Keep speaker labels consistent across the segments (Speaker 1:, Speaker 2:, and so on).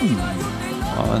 Speaker 1: Mm. Ja,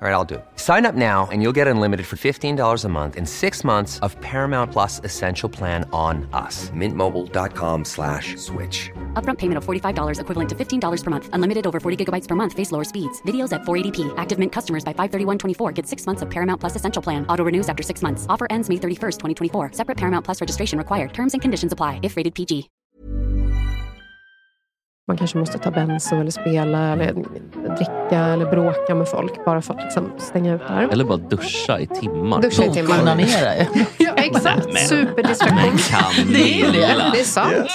Speaker 2: All right, I'll do. it. Sign up now and you'll get unlimited for $15 a month and six months of Paramount Plus Essential Plan on us. Mintmobile.com slash switch.
Speaker 3: Upfront payment of $45 equivalent to $15 per month. Unlimited over 40 gigabytes per month. Face lower speeds. Videos at 480p. Active Mint customers by 531.24 get six months of Paramount Plus Essential Plan. Auto renews after six months. Offer ends May 31st, 2024. Separate Paramount Plus registration required. Terms and conditions apply if rated PG.
Speaker 4: Man kanske måste ta benzo eller spela eller dricka eller bråka med folk bara för att liksom stänga ut det här.
Speaker 5: Eller bara duscha i timmar.
Speaker 4: Duscha i timmar.
Speaker 6: Onanera ju.
Speaker 4: Ja, exakt. Superdistraktion.
Speaker 5: Kan
Speaker 6: Det är ju det.
Speaker 4: Det är sant.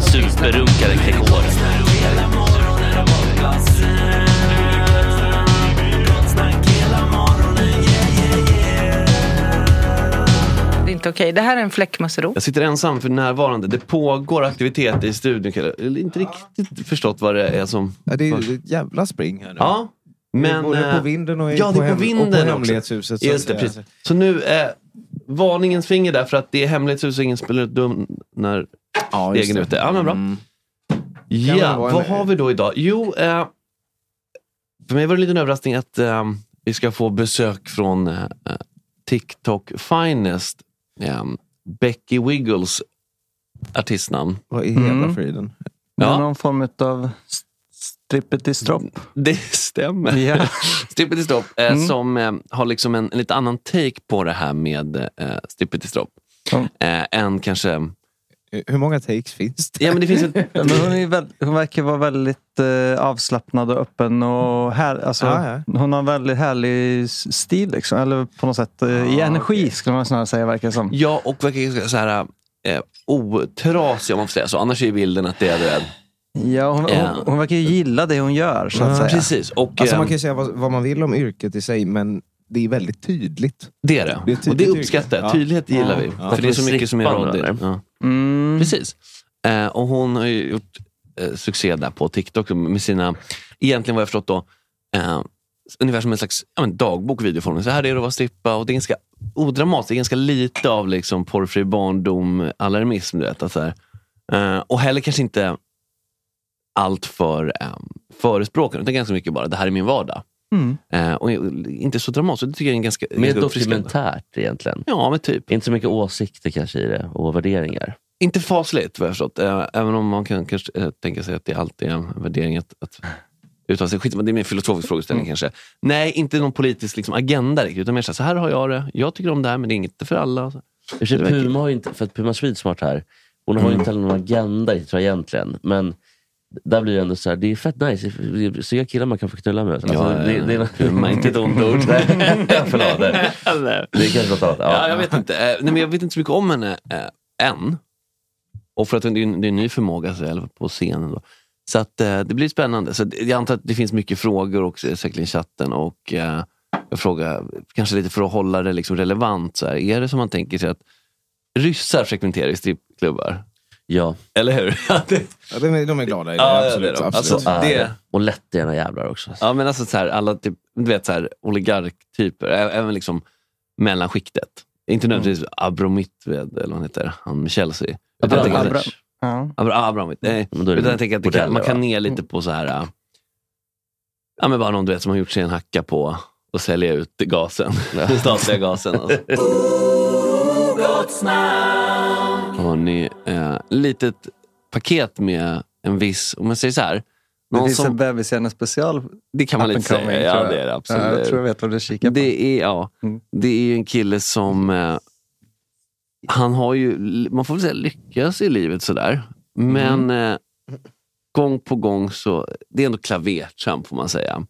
Speaker 1: Superrunkaren kring håret.
Speaker 6: Det är inte okej. Det här är en fläckmussero.
Speaker 7: Jag sitter ensam för närvarande. Det pågår aktiviteter i studion. Kalle. Jag har inte riktigt förstått vad det är som...
Speaker 8: Ja, det är ett jävla spring här nu.
Speaker 7: Ja, Men,
Speaker 8: både på
Speaker 7: eh,
Speaker 8: vinden och i-
Speaker 7: ja,
Speaker 8: på
Speaker 7: det är
Speaker 8: hem-
Speaker 7: på
Speaker 8: och på
Speaker 7: vinden också.
Speaker 8: hemlighetshuset, så att
Speaker 7: Just det,
Speaker 8: säga.
Speaker 7: precis. Så nu är varningens finger där för att det är hemlighetshus och ingen spelar ut dum när
Speaker 8: ja, Mm.
Speaker 7: stegen är ute. Ja, men bra.
Speaker 8: Kan
Speaker 7: Ja,
Speaker 8: man vara en-
Speaker 7: vad har vi då idag? Jo, eh, för mig var det en liten överraskning att eh, vi ska få besök från eh, TikTok Finest. Eh, Becky Wiggles artistnamn.
Speaker 8: Vad i
Speaker 7: Mm.
Speaker 8: hela friden?
Speaker 7: Ja.
Speaker 9: Någon form av strippet i stropp.
Speaker 7: Det stämmer.
Speaker 9: Ja.
Speaker 7: Strippet i stropp, eh,
Speaker 9: Mm.
Speaker 7: som eh, har liksom en, en lite annan take på det här med eh, strippet i stropp. Eh, än kanske...
Speaker 8: Hur många takes finns det?
Speaker 7: Ja, men det finns ett...
Speaker 9: Men hon, är väl, hon verkar vara väldigt eh, avslappnad och öppen. Och här, alltså,
Speaker 8: Ja,
Speaker 9: Hon har en väldigt härlig s- stil. Liksom, eller på något sätt eh, i energi skulle man snarare säga verkar det som.
Speaker 7: Ja, och verkar ganska så här, eh, otrasig om man får säga så. Annars är ju bilden att det är... du vet.
Speaker 9: Ja, hon,
Speaker 7: Ja.
Speaker 9: hon, hon verkar ju gilla det hon gör. Så att säga.
Speaker 7: Precis. Och,
Speaker 8: alltså, man
Speaker 7: ehm,
Speaker 8: kan ju säga vad, vad man vill om yrket i sig, men det är väldigt tydligt.
Speaker 7: Det är det.
Speaker 8: är ett
Speaker 7: och det
Speaker 8: tydligt
Speaker 7: uppskattar
Speaker 8: yrke.
Speaker 7: jag. Tydlighet gillar vi.
Speaker 8: Ja.
Speaker 7: För det är så mycket som är
Speaker 8: Strippan,
Speaker 7: råddigt.
Speaker 8: eller?
Speaker 7: Ja.
Speaker 8: Mm.
Speaker 7: Precis. Eh, och hon har ju gjort eh, succé där på TikTok med sina, egentligen vad jag förstått då, eh, ungefär som en slags ja, men dagbok i videoform. Så här är det att vara strippa och det är ganska odramatiskt. Det är ganska lite av liksom porrfri barndom, alarmism. Du vet, att så här. Eh, och heller kanske inte allt för eh, förespråkande, utan ganska mycket bara, det här är min vardag. Eh, och inte så dramatiskt. Det tycker jag är en ganska
Speaker 5: Mer
Speaker 7: ganska uppfriskande.
Speaker 5: dokumentärt egentligen.
Speaker 7: Ja, men typ.
Speaker 5: Inte så mycket åsikter kanske i det och värderingar.
Speaker 7: Inte fasligt vad jag har förstått. Eh, Även om man kan kanske eh, tänka sig att det alltid är en värdering att, att uttala sig. Skit, men det är mer en
Speaker 5: Mm.
Speaker 7: filosofisk frågeställning kanske. Nej, inte någon politisk liksom, agenda riktigt. Utan mer så här, så här har jag det. Jag tycker om det här, men det är inte för alla.
Speaker 5: I och för sig, Puma har ju inte, för att Puma Swede som har varit här, hon har ju inte heller någon agenda i, tror jag egentligen. Men där blir det ändå så här, det är fett nice. Det är Snygga killar man kan få knulla med. Alltså,
Speaker 7: Ja,
Speaker 5: det,
Speaker 7: ja,
Speaker 5: det,
Speaker 7: ja.
Speaker 5: det, Puma, inte ett ont ord. Nej, Förlåt. Det är kanske något annat.
Speaker 7: Ja, jag vet inte. Eh, Nej, men jag vet inte så mycket om henne eh, än. Och för att det är en, det är en ny förmåga så här, på scenen. Då. Så att, eh, det blir spännande. Så att jag antar att det finns mycket frågor också, säkert i chatten. Och, eh, jag frågar, kanske lite för att hålla det liksom relevant. Så här. Är det som man tänker sig att ryssar frekventerar i strippklubbar?
Speaker 5: Ja.
Speaker 7: Eller hur? Ja, det-
Speaker 8: Ja, de, är, de är glada i det.
Speaker 7: Ja, ja,
Speaker 8: absolut.
Speaker 7: det är de.
Speaker 8: absolut.
Speaker 7: Alltså, det-
Speaker 8: Ja.
Speaker 5: Och lättegärna jävlar också.
Speaker 7: Ja, men alltså så här, alla typ, du vet, så här, oligarktyper, ä- även liksom mellanskiktet. Inte nödvändigtvis Abramitved, eller vad han heter, han med Chelsea. Utan jag tänker-
Speaker 9: Abra- Ja.
Speaker 7: Abra- Abramovic. Nej,
Speaker 5: Men då är det
Speaker 7: utan jag tänker att det kan,
Speaker 5: bordeller,
Speaker 7: man kan
Speaker 5: va?
Speaker 7: ner lite på så här... äh, Ja, men bara någon du vet som har gjort sig en hacka på att sälja ut gasen. Den statliga gasen. Alltså. Har ni eh, litet paket med en viss, om man säger så här.
Speaker 9: Det
Speaker 7: Någon
Speaker 9: finns en
Speaker 7: som,
Speaker 9: bebishjärna special.
Speaker 7: det kan man
Speaker 9: up
Speaker 7: lite
Speaker 9: and
Speaker 7: säga.
Speaker 9: coming,
Speaker 7: ja,
Speaker 9: tror jag.
Speaker 7: det är det absolut.
Speaker 9: Ja, jag tror jag vet vad du kikar på. Mm.
Speaker 7: Det är, ja, det är ju en kille som... Eh, han har ju, man får väl säga, lyckas i livet sådär. Men
Speaker 9: Mm.
Speaker 7: eh, gång på gång så, det är ändå klavertramp får man säga.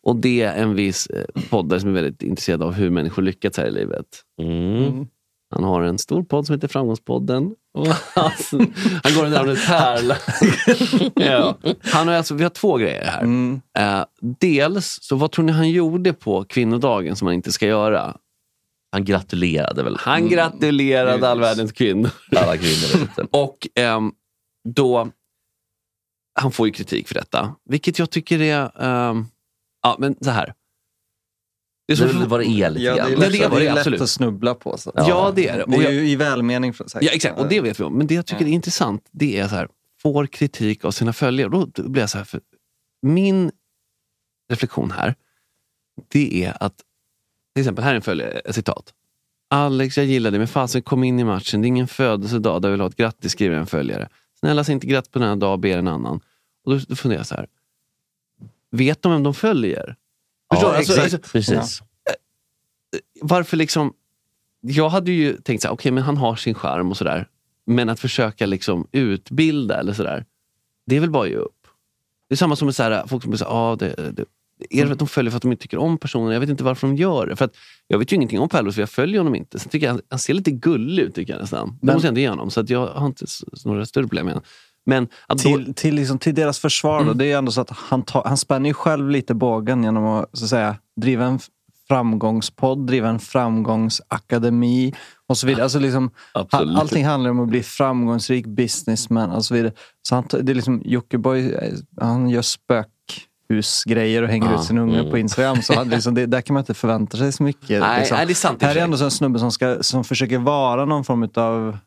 Speaker 7: Och det är en viss eh, poddare som är väldigt intresserad av hur människor lyckats här i livet.
Speaker 9: Mm.
Speaker 7: Han har en stor podd som heter Framgångspodden. Och alltså, han går under namnet Pärla. ja. han har alltså, vi har två grejer här.
Speaker 9: Mm.
Speaker 7: Eh, dels, så vad tror ni han gjorde på kvinnodagen som han inte ska göra?
Speaker 5: Han gratulerade väl?
Speaker 7: Han gratulerade
Speaker 5: Mm.
Speaker 7: all världens kvinnor.
Speaker 5: Alla kvinnor där ute.
Speaker 7: Och ehm, då... Han får ju kritik för detta, vilket jag tycker är... ehm, ja, men så här.
Speaker 9: Det
Speaker 7: som-
Speaker 9: är väl vad det är
Speaker 7: Ja, det är lätt,
Speaker 9: det,
Speaker 7: det är
Speaker 9: lätt
Speaker 7: absolut.
Speaker 9: att snubbla på. Så.
Speaker 7: Ja, det är det.
Speaker 9: Det
Speaker 7: Och
Speaker 9: är
Speaker 7: jag-
Speaker 9: ju i välmening. För, säkert.
Speaker 7: Ja, exakt. Och det vet vi om. Men det jag tycker är intressant, det är så här, får kritik av sina följare. Då blir jag så här, för min reflektion här, det är att, till exempel, här är en följare, ett citat. Alex, jag gillar dig, men fasen kom in i matchen. Det är ingen födelsedag där vi vill ha ett grattis, skriver en följare. Snälla, säg inte grattis på den här dagen, ber en annan. Och då, då funderar jag så här, vet de vem de följer? Förstår du? Alltså, alltså,
Speaker 5: Precis.
Speaker 7: varför liksom... Jag hade ju tänkt så här, okej, men han har sin charm och sådär. Men att försöka liksom utbilda eller sådär, det är väl bara att ge upp. Det är samma som med så här, folk som blir så här, ah, det, det, är det för att de följer för att de inte tycker om personen? Jag vet inte varför de gör det. För att jag vet ju ingenting om Pärlos, för jag följer honom inte. Sen tycker jag han, han ser lite gullig ut, tycker jag nästan. Det
Speaker 9: Men-
Speaker 7: måste jag ändå ge honom. Så att jag har inte s- några större problem med honom. Men att då- Mm.
Speaker 9: Till, till, liksom, till deras försvar, då, det är ju ändå så att han, tar, han spänner ju själv lite bågen genom att, så att säga, driva en f- framgångspodd, driva en framgångsakademi och så vidare. Alltså, liksom,
Speaker 7: Absolut.
Speaker 9: han, allting handlar om att bli framgångsrik businessman och så vidare. Så han, tar- det är liksom, Jockiboi, eh, han gör spök husgrejer och hänger
Speaker 7: Ja.
Speaker 9: ut sin unge
Speaker 7: Mm.
Speaker 9: på Instagram. Så hade liksom, det, där kan man inte förvänta sig så mycket.
Speaker 7: Nej,
Speaker 9: liksom.
Speaker 7: nej, det är sant i och
Speaker 9: Här är
Speaker 7: för sig.
Speaker 9: ändå så en snubbe som, ska, som försöker vara någon form av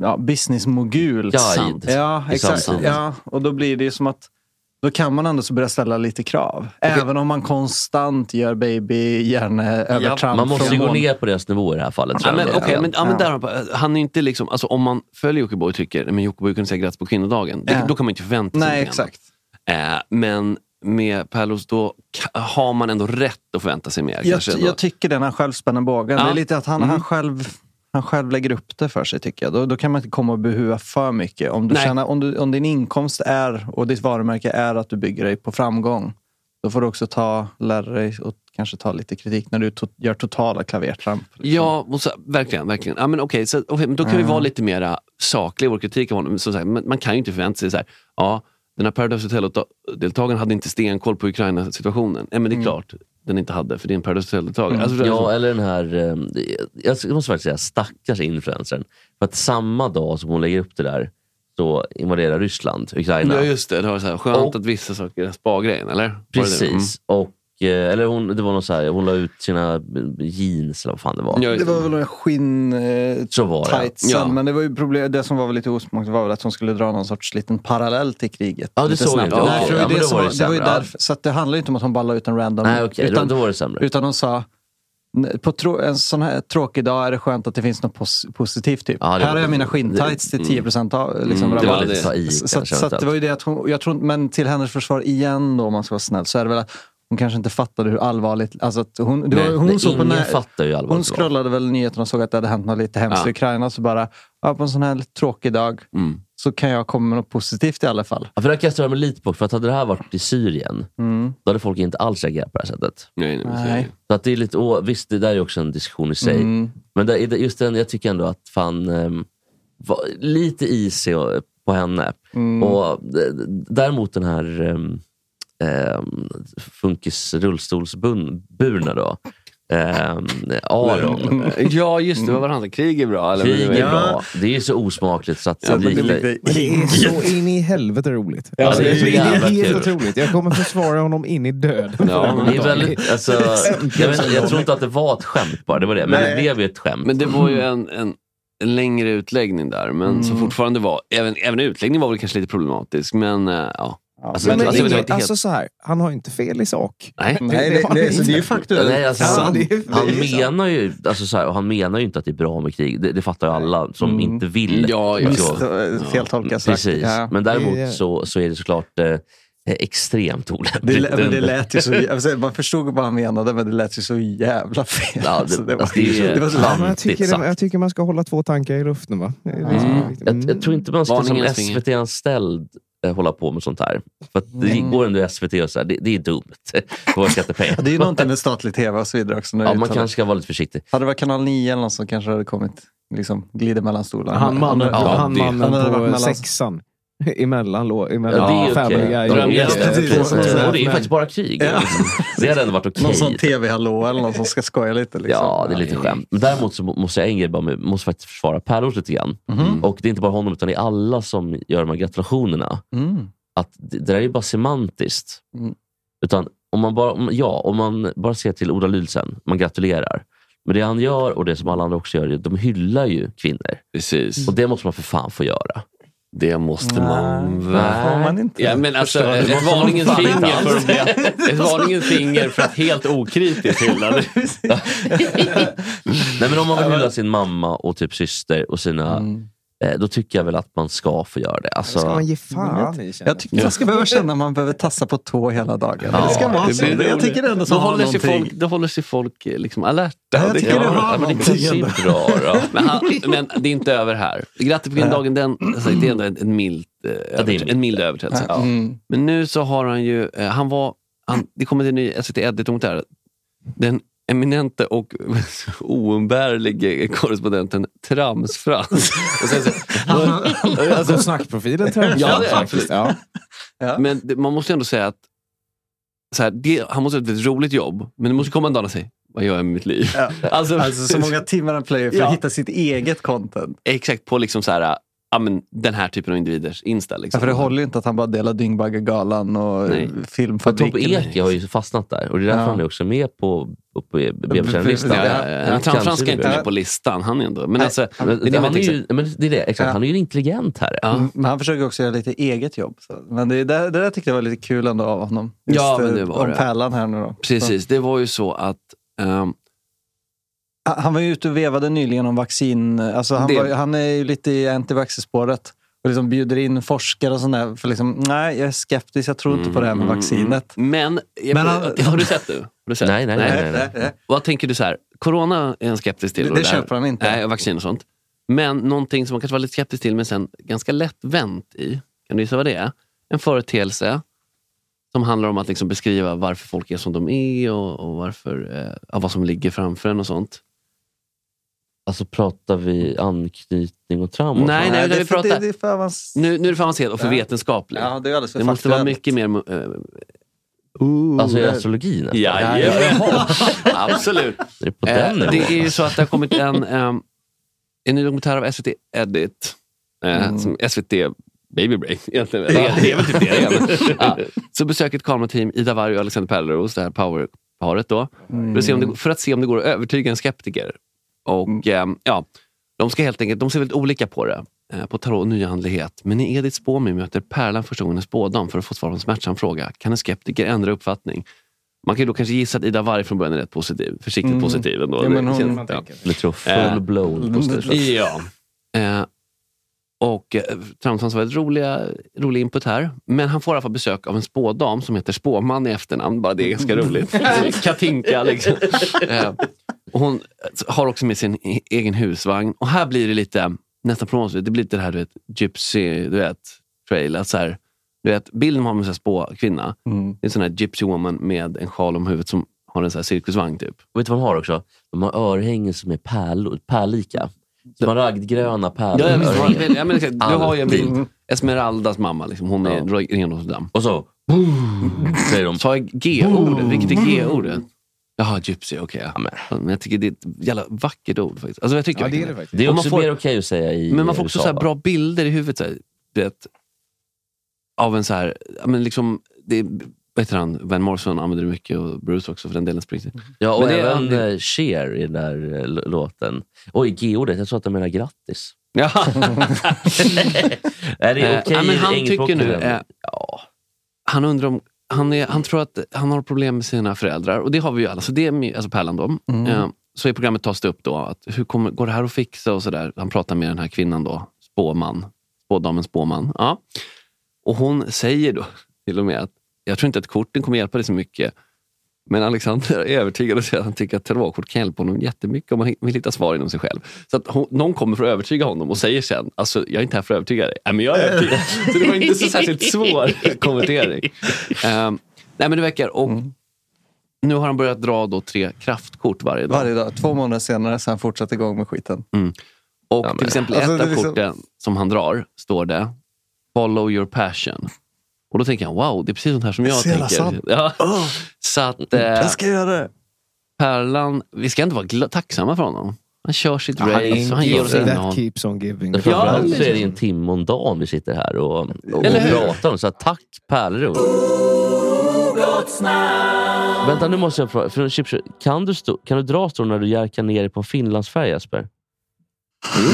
Speaker 9: ja, businessmogul.
Speaker 7: Ja, Sant. det är
Speaker 9: ja,
Speaker 7: sant.
Speaker 9: exakt.
Speaker 7: Sant.
Speaker 9: Ja, och då blir det ju som att då kan man ändå så börja ställa lite krav. Även om man konstant gör baby hjärneövertramp.
Speaker 5: man måste ju
Speaker 9: från-
Speaker 5: gå ner på deras nivå i det här fallet.
Speaker 7: Ja,
Speaker 5: tror jag
Speaker 7: men,
Speaker 5: ändå.
Speaker 7: okay, men, ja, men där, har- han är ju inte liksom, alltså, om man följer Jockiboi och tycker "Nej, men Jockiboi kunde säga grattis på kvinnodagen, det,
Speaker 9: Ja.
Speaker 7: då kan man ju inte förvänta
Speaker 9: Nej,
Speaker 7: sig något annat.
Speaker 9: exakt.
Speaker 7: Eh, men med Pärlos, då ka- har man ändå rätt att förvänta sig mer.
Speaker 9: Jag,
Speaker 7: kanske ändå.
Speaker 9: jag tycker den, han själv spänner bågen.
Speaker 7: Ja.
Speaker 9: Det är lite att han,
Speaker 7: Mm.
Speaker 9: han, själv, han själv lägger upp det för sig tycker jag. Då, då kan man inte komma och behua för mycket. Om, du
Speaker 7: Nej.
Speaker 9: tjänar, om, du, om din inkomst är och ditt varumärke är att du bygger dig på framgång. Då får du också ta, lära dig och kanske ta lite kritik när du to- gör totala klavertramp.
Speaker 7: Ja, och så,
Speaker 9: Mm.
Speaker 7: verkligen. verkligen. Ja, men okej, så, okej, men då kan vi
Speaker 9: Ja.
Speaker 7: vara lite mer sakliga i vår kritik av honom. Så, så här, man, man kan ju inte förvänta sig så här, ja, den här Paradise Hotel-deltagaren hade inte stenkoll på Ukraina-situationen. Nej, men det
Speaker 9: Mm.
Speaker 7: är klart den inte hade, för det är en Paradise Hotel-deltagare. Alltså,
Speaker 5: ja,
Speaker 7: alltså,
Speaker 5: eller den här, eh, jag måste faktiskt säga stackars influencern. För att samma dag som hon lägger upp det där så invaderar Ryssland Ukraina.
Speaker 7: Ja, just det. Det var så här, skönt
Speaker 5: Och-
Speaker 7: att vissa saker är spa-grejen, eller? Var det det?
Speaker 5: Precis.
Speaker 7: Mm.
Speaker 5: Och, eh, eller hon, det var någon så här, hon la ut sina jeans eller vad fan det var.
Speaker 9: Det var väl några skinn... Eh,
Speaker 5: Så var det.
Speaker 9: tightsen, Men det, var ju problem, det som var väl lite osmakligt var väl att hon skulle dra någon sorts liten parallell till kriget.
Speaker 5: Ja, det
Speaker 9: lite
Speaker 5: såg
Speaker 9: snabbt.
Speaker 5: jag inte.
Speaker 9: Därför
Speaker 5: Okej,
Speaker 9: var
Speaker 5: ja,
Speaker 9: det
Speaker 5: men då
Speaker 9: som
Speaker 5: var
Speaker 9: var-
Speaker 5: det
Speaker 9: det var ju
Speaker 5: sämre, ja.
Speaker 9: därför- Så att det handlar ju inte om att hon ballade ut en random...
Speaker 5: Nej, okej, då-
Speaker 9: utan,
Speaker 5: då var det sämre.
Speaker 9: Utan hon sa, "N- på trå- en sån här tråkig dag är det skönt att det finns något pos- positivt. Typ.
Speaker 5: Ja, det
Speaker 9: här
Speaker 5: var-
Speaker 9: har jag mina skinntights
Speaker 5: det-
Speaker 9: till 10 procent av. Liksom,
Speaker 5: Mm, det
Speaker 9: rabatt."
Speaker 5: var lite så i
Speaker 9: så, så,
Speaker 5: kanske,
Speaker 9: så att det var ju det att hon, jag tror, inte- men till hennes försvar igen då, om man ska vara snäll, så är det väl att hon kanske inte fattade hur allvarligt... Alltså att hon, det var,
Speaker 5: Nej,
Speaker 9: hon
Speaker 5: nej,
Speaker 9: såg på
Speaker 5: ingen
Speaker 9: när-
Speaker 5: fattar ju allvarligt
Speaker 9: Hon
Speaker 5: det var.
Speaker 9: scrollade väl nyheterna och såg att det hade hänt något lite hemskt
Speaker 5: Ja. Mm.
Speaker 9: i Ukraina. Så bara, ja, på en sån här lite tråkig dag så kan jag komma med något positivt i alla fall.
Speaker 5: Ja, för det här kan jag störa mig lite på, för att hade det här varit i Syrien,
Speaker 9: Mm.
Speaker 5: då hade folk inte alls reagerat på det här sättet.
Speaker 7: Nej, nej, men så är det.
Speaker 9: Nej.
Speaker 5: Så att det är lite, å, visst, det där är också en diskussion i sig.
Speaker 9: Mm.
Speaker 5: Men där, just den, jag tycker ändå att fan, ehm, va, lite is i- på henne.
Speaker 9: Mm.
Speaker 5: Och d- d- Däremot den här ehm, ehm, funkis rullstolsburna då. Ehm, Aron.
Speaker 7: Ja, just det.
Speaker 9: Mm.
Speaker 7: Vad var det han sa? Krig är bra? Eller?
Speaker 5: Krig är
Speaker 7: Ja.
Speaker 5: bra. Det är så osmakligt så att
Speaker 7: Ja, men det blir-
Speaker 8: Men det är så in i helvete roligt.
Speaker 5: Ja,
Speaker 8: Alltså,
Speaker 5: det är så jävla
Speaker 8: helt
Speaker 5: kul.
Speaker 8: otroligt. Jag kommer försvara honom in i döden.
Speaker 5: Ja, men det är väldigt, alltså, jag, vet, inte, jag tror
Speaker 8: tror
Speaker 5: inte att det var ett skämt bara, det var det. Men
Speaker 7: Nej.
Speaker 5: det blev ju ett skämt. Mm.
Speaker 7: Men det var ju en, en, en längre utläggning där, men som
Speaker 8: Mm.
Speaker 7: fortfarande var... Även, även utläggningen var väl kanske lite problematisk, men eh, ja. Alltså,
Speaker 8: men,
Speaker 7: alltså, det var
Speaker 8: ingen,
Speaker 7: inte helt-
Speaker 8: alltså så här, han har inte fel i sak.
Speaker 7: Nej.
Speaker 8: Nej, det- det- så det är ju faktuellt
Speaker 5: Nej, alltså,
Speaker 8: sant.
Speaker 5: han,
Speaker 8: Ja, det är- det
Speaker 5: han,
Speaker 8: är sant.
Speaker 5: menar ju, alltså, så här, och han menar ju inte att det är bra med krig. Det, det fattar ju alla som
Speaker 9: Mm.
Speaker 5: inte vill.
Speaker 7: Ja, ja.
Speaker 5: att jag-
Speaker 9: Visst, feltolkas säkert.
Speaker 5: Precis,
Speaker 9: Ja.
Speaker 5: men däremot
Speaker 9: Det är-
Speaker 5: så, så är det såklart eh, extremt
Speaker 9: Det,
Speaker 5: olämpligt. Mm.
Speaker 9: lä- men det lät ju så, jag vill säga, man förstod vad han menade, men det lät ju så jävla fel.
Speaker 5: Ja, det-
Speaker 9: Alltså, det, var,
Speaker 5: alltså, det är-
Speaker 9: det var så
Speaker 5: Ja,
Speaker 8: Ja, men jag, tycker,
Speaker 5: sant.
Speaker 8: jag tycker man ska hålla två tankar i luften. Va? Det är liksom det som är
Speaker 5: Mm.
Speaker 8: viktigt.
Speaker 5: Jag, jag tror inte man ska som
Speaker 7: Varningens finger.
Speaker 5: SVT-anställd eh, hålla på med sånt här. För att det går ändå SVT och så här, det, det är dumt. Våra skattepengar.
Speaker 9: det är ju någonting med statlig tv och så vidare också. när det
Speaker 5: Ja, man
Speaker 9: uttalas.
Speaker 5: kanske ska vara lite försiktig.
Speaker 9: Hade det varit kanal 9 eller något som kanske hade kommit liksom, glider mellan stolarna.
Speaker 8: Han mannen,
Speaker 9: Ja,
Speaker 8: han
Speaker 9: det-
Speaker 8: mannen
Speaker 9: han hade varit
Speaker 8: på
Speaker 9: mellan-
Speaker 8: sexan. Emellan, lå,
Speaker 5: Ja,
Speaker 8: emellan
Speaker 5: det är okej.
Speaker 8: Family Guy.
Speaker 5: Drömgästen,
Speaker 8: Ja,
Speaker 5: precis.
Speaker 8: precis.
Speaker 5: Och det är ju faktiskt bara krig. Mm. Det hade ändå varit okej.
Speaker 9: Någon sån tv-hallå eller någon som ska skoja lite. Liksom.
Speaker 5: Ja, det är lite skämt. Men däremot så må- måste jag en grej bara med, måste faktiskt försvara Pärlor lite grann.
Speaker 7: Mhm.
Speaker 5: Och det är inte bara honom, utan det är alla som gör de här gratulationerna.
Speaker 9: Mm.
Speaker 5: Att det, det där är ju bara semantiskt.
Speaker 9: Mm.
Speaker 5: Utan om man bara, om, ja, om man bara ser till ordalydelsen, man gratulerar. Men det han gör och det som alla andra också gör, de hyllar ju kvinnor.
Speaker 7: Precis.
Speaker 5: Och det måste man för fan få göra.
Speaker 7: Det måste man
Speaker 9: Får man inte?
Speaker 7: Ja, men alltså,
Speaker 9: Förstår
Speaker 7: ett,
Speaker 9: du?
Speaker 7: varningens
Speaker 5: Fan, alltså.
Speaker 7: finger
Speaker 5: inte
Speaker 7: för att bli, ett varningens finger för att helt okritiskt hylla det.
Speaker 5: Nej, men om man vill hylla sin mamma och typ syster och sina...
Speaker 7: Mm.
Speaker 5: Eh, då tycker jag väl att man ska få göra det. Alltså,
Speaker 8: Ska man ge fan i
Speaker 9: Jag tycker inte man ska behöva känna att man behöver tassa på tå hela dagen. det ska man
Speaker 7: Det blir
Speaker 9: Jag tycker det ändå
Speaker 7: då,
Speaker 9: som har
Speaker 7: håller sig
Speaker 9: någonting.
Speaker 7: folk, då håller sig folk eh, liksom alerta.
Speaker 9: jag
Speaker 7: Det
Speaker 9: tycker
Speaker 7: kan-
Speaker 9: det har
Speaker 7: ja, men det
Speaker 9: någonting
Speaker 7: kanske
Speaker 9: ändå.
Speaker 7: är bra då. Men, han, men det är inte över här. Grattis på dagen den, alltså, det är ändå en, en mild, eh,
Speaker 5: mild.
Speaker 7: övert- en mild överträdelse.
Speaker 9: Ja. Mm.
Speaker 7: Men nu så har han ju, eh, han var, han, det kommer en ny SVT Edit-dokumentär. Den eminente och oumbärlige korrespondenten Tramsfrans. Och sen så-
Speaker 8: Han-
Speaker 7: Alltså,
Speaker 8: Alltså snackprofilen tränar
Speaker 7: Ja, det är
Speaker 8: faktiskt. Ja.
Speaker 7: Men det, man måste ju ändå säga att så här, det, han måste ha ett väldigt roligt jobb, men det måste komma en dag och säga, vad gör jag med mitt liv?
Speaker 9: Ja.
Speaker 7: Alltså,
Speaker 9: Alltså så många timmar han plöjer för
Speaker 7: Ja.
Speaker 9: att hitta sitt eget content.
Speaker 7: Exakt, på liksom så här, ja, men, den här typen av individers Insta.
Speaker 9: Ja,
Speaker 7: Liksom.
Speaker 9: för det håller ju inte att han bara delar Dyngbaggegalan och
Speaker 7: Nej.
Speaker 9: filmfabriken.
Speaker 7: Men Tobbe Ek
Speaker 5: Jag har ju fastnat där och det är därför
Speaker 9: Ja.
Speaker 5: han är också med på, på BBC-listan.
Speaker 7: Ja, ja, ja. Att han- han ska inte med på listan. Han är ändå... Men alltså, det är
Speaker 5: det,
Speaker 7: mitt
Speaker 5: han är ju,
Speaker 7: exempel.
Speaker 5: men det är det, exakt.
Speaker 9: Ja.
Speaker 5: Han är ju en intelligent herre.
Speaker 9: Mm, Men han försöker också göra lite eget jobb. Så. Men det, det, det där tyckte jag var lite kul ändå av honom. Just
Speaker 7: Ja, men
Speaker 9: eh,
Speaker 7: det var
Speaker 9: om
Speaker 7: det.
Speaker 9: pärlan här nu då.
Speaker 7: Precis, det var ju så att... ehm,
Speaker 9: Han han var ju ute och vevade nyligen om vaccin. Alltså han,
Speaker 7: Det-
Speaker 9: var, han är ju lite i antivaxxerspåret och liksom bjuder in forskare och sånt där. För liksom, nej, jag är skeptisk. Jag tror inte på det här med vaccinet.
Speaker 7: Mm. Men, jag,
Speaker 9: Men han-
Speaker 7: har du sett nu? Har du sett?
Speaker 9: Nej, nej, nej, nej, nej.
Speaker 7: Vad tänker du så här? Corona är en skeptisk till.
Speaker 9: Det-
Speaker 7: och
Speaker 9: det
Speaker 7: där-
Speaker 9: köper han inte.
Speaker 7: Nej, och vaccin och sånt. Men någonting som man kanske var lite skeptisk till, men sen ganska lätt vänt i. Kan du gissa vad det är? En företeelse som handlar om att liksom beskriva varför folk är som de är och, och varför, eh, ja, vad som ligger framför en och sånt.
Speaker 5: Alltså pratar vi anknytning och trauma? och
Speaker 7: Nej,
Speaker 5: sånt?
Speaker 7: nej,
Speaker 9: det,
Speaker 7: vi
Speaker 9: är för-
Speaker 7: pratar-
Speaker 9: det, det är för avans...
Speaker 7: Nu, nu är det för avancerat och för
Speaker 9: Ja.
Speaker 7: vetenskapligt.
Speaker 9: Ja, det är alldeles för
Speaker 7: det måste vara
Speaker 9: faktuellt.
Speaker 7: mycket mer... eh,
Speaker 5: Alltså är det astrologi nästan?
Speaker 7: Ja,
Speaker 5: Jaha.
Speaker 7: Absolut.
Speaker 5: Det är på den
Speaker 7: Eh,
Speaker 5: nivån.
Speaker 7: det är ju så att det har kommit en, ehm, en ny dokumentär av SVT Edit. eh,
Speaker 5: Mm.
Speaker 7: Som SVT Baby Break. Egentligen. Det är- det är väl typ det det är. ja. Så besöker ett kamerateam Ida Warg och Alexander Pärleros, det här powerparet. Då, för, att se om det, för att se om det går att övertyga en skeptiker. Och
Speaker 5: Mm.
Speaker 7: ehm, ja, De ska helt enkelt, de ser väldigt olika på det. eh, På tarot och nyandlighet. Men i Ediths Spåmy möter Pärlan första gången en spådam för att få svar på en smärtsam fråga. Kan en skeptiker ändra uppfattning? Man kan ju då kanske gissa att Ida Warg från början är rätt positiv. Försiktigt
Speaker 5: Mm.
Speaker 7: positiv ändå.
Speaker 5: Ja, men
Speaker 7: Det
Speaker 5: hon-
Speaker 7: känns-
Speaker 5: man
Speaker 7: ja. Eh,
Speaker 5: Jag tror full-blown positiv.
Speaker 7: Ja. Eh, och eh, Tramsans var ett roliga, rolig input här. Men han får i alla fall besök av en spådam som heter Spåman i efternamn. Bara det är ganska roligt. Katinka liksom. Eh, och hon har också med sin e- egen husvagn. Och här blir det lite, nästan promotionellt, det blir lite det här du vet, gypsy, du vet, trail. Att så här, du vet, bilden man har med en spåkvinna,
Speaker 9: Mm.
Speaker 7: det är en sån här gypsy woman med en sjal om huvudet som har en sån här cirkusvagn typ.
Speaker 5: Vet du vad de har också? De har örhängen som är pärlor, pärlika. Smaragdgröna pärlor.
Speaker 7: Ja, ja, visst, det är väl- ja, men, exakt. du har ju en
Speaker 5: Alltid.
Speaker 7: bild. Esmeraldas mamma, liksom, hon är ja. ren och damm.
Speaker 5: Och så
Speaker 7: Mm.
Speaker 5: säger de.
Speaker 7: Sa jag G-ordet? Vilket är G-ordet? Jaha, gypsy, okej. ja. men. jag tycker det är ett jävla vackert ord faktiskt. Alltså, jag tycker
Speaker 5: Ja, det är
Speaker 7: verkligen
Speaker 5: det faktiskt. Det är
Speaker 7: Och man
Speaker 5: också
Speaker 7: får-
Speaker 5: mer okej att säga i
Speaker 7: Men man får också
Speaker 5: USA,
Speaker 7: så här
Speaker 5: va?
Speaker 7: bra bilder i huvudet. Så här, du vet, av en så här, ja, men liksom, det är, vad heter han? Van Morrison använder det mycket och Bruce också för den delen. Springsteen.
Speaker 5: Ja, och
Speaker 7: Men det är
Speaker 5: även
Speaker 7: aldrig-
Speaker 5: eh, Cher i den där eh, l- låten. Oj, G-ordet. Jag tror att de menar grattis.
Speaker 7: Ja.
Speaker 5: är det
Speaker 7: Eh,
Speaker 5: okej
Speaker 7: ja, men han
Speaker 5: engelskspråkigt
Speaker 7: tycker nu,
Speaker 5: ändå?
Speaker 7: eh, han undrar om... Han, är, han tror att han har problem med sina föräldrar och det har vi ju alla. Så det är my- alltså Pärlan då.
Speaker 5: Mm.
Speaker 7: Eh, så i programmet tas det upp då att hur kommer, går det här att fixa och sådär. Han pratar med den här kvinnan då, spåman. Spådamen spåman. Ja. Och hon säger då till och med att jag tror inte att korten kommer hjälpa dig så mycket. Men Alexander är övertygad och säger att han tycker att tarotkort kan hjälpa honom jättemycket om han vill hitta svar inom sig själv. Så att hon, någon kommer för att övertyga honom och säger sen, alltså jag är inte här för att övertyga dig. Nej, men jag är övertygad. Så det var inte så särskilt svår konvertering. Ehm, nej men det verkar, och nu har han börjat dra då tre kraftkort varje dag.
Speaker 9: Varje dag. Två månader senare så har han fortsatt igång med skiten.
Speaker 7: Mm. Och till exempel
Speaker 9: Alltså,
Speaker 7: ett
Speaker 9: det
Speaker 7: av
Speaker 9: är liksom-
Speaker 7: korten som han drar, står det “Follow your passion”. Och då tänker jag, wow, det är precis sånt här som
Speaker 9: Det är
Speaker 7: jag
Speaker 9: så jävla
Speaker 7: tänker.
Speaker 9: sant.
Speaker 7: Ja. Så att, eh,
Speaker 9: Jag ska göra det.
Speaker 7: Pärlan, vi ska inte vara gla- tacksamma för honom. Han kör sitt
Speaker 5: Ja,
Speaker 7: race, han ger oss
Speaker 5: That
Speaker 7: innehåll.
Speaker 5: keeps on giving.
Speaker 7: Ja,
Speaker 5: Framförallt så
Speaker 7: liksom.
Speaker 5: är det en timme om dagen vi sitter här och, och, och
Speaker 7: Eller hur?
Speaker 5: pratar om. Så här, tack pärlor. Vänta, nu måste jag fråga. För chips, kan, du stå, kan du dra stå när du järkar ner dig på en finlandsfärja, Jesper?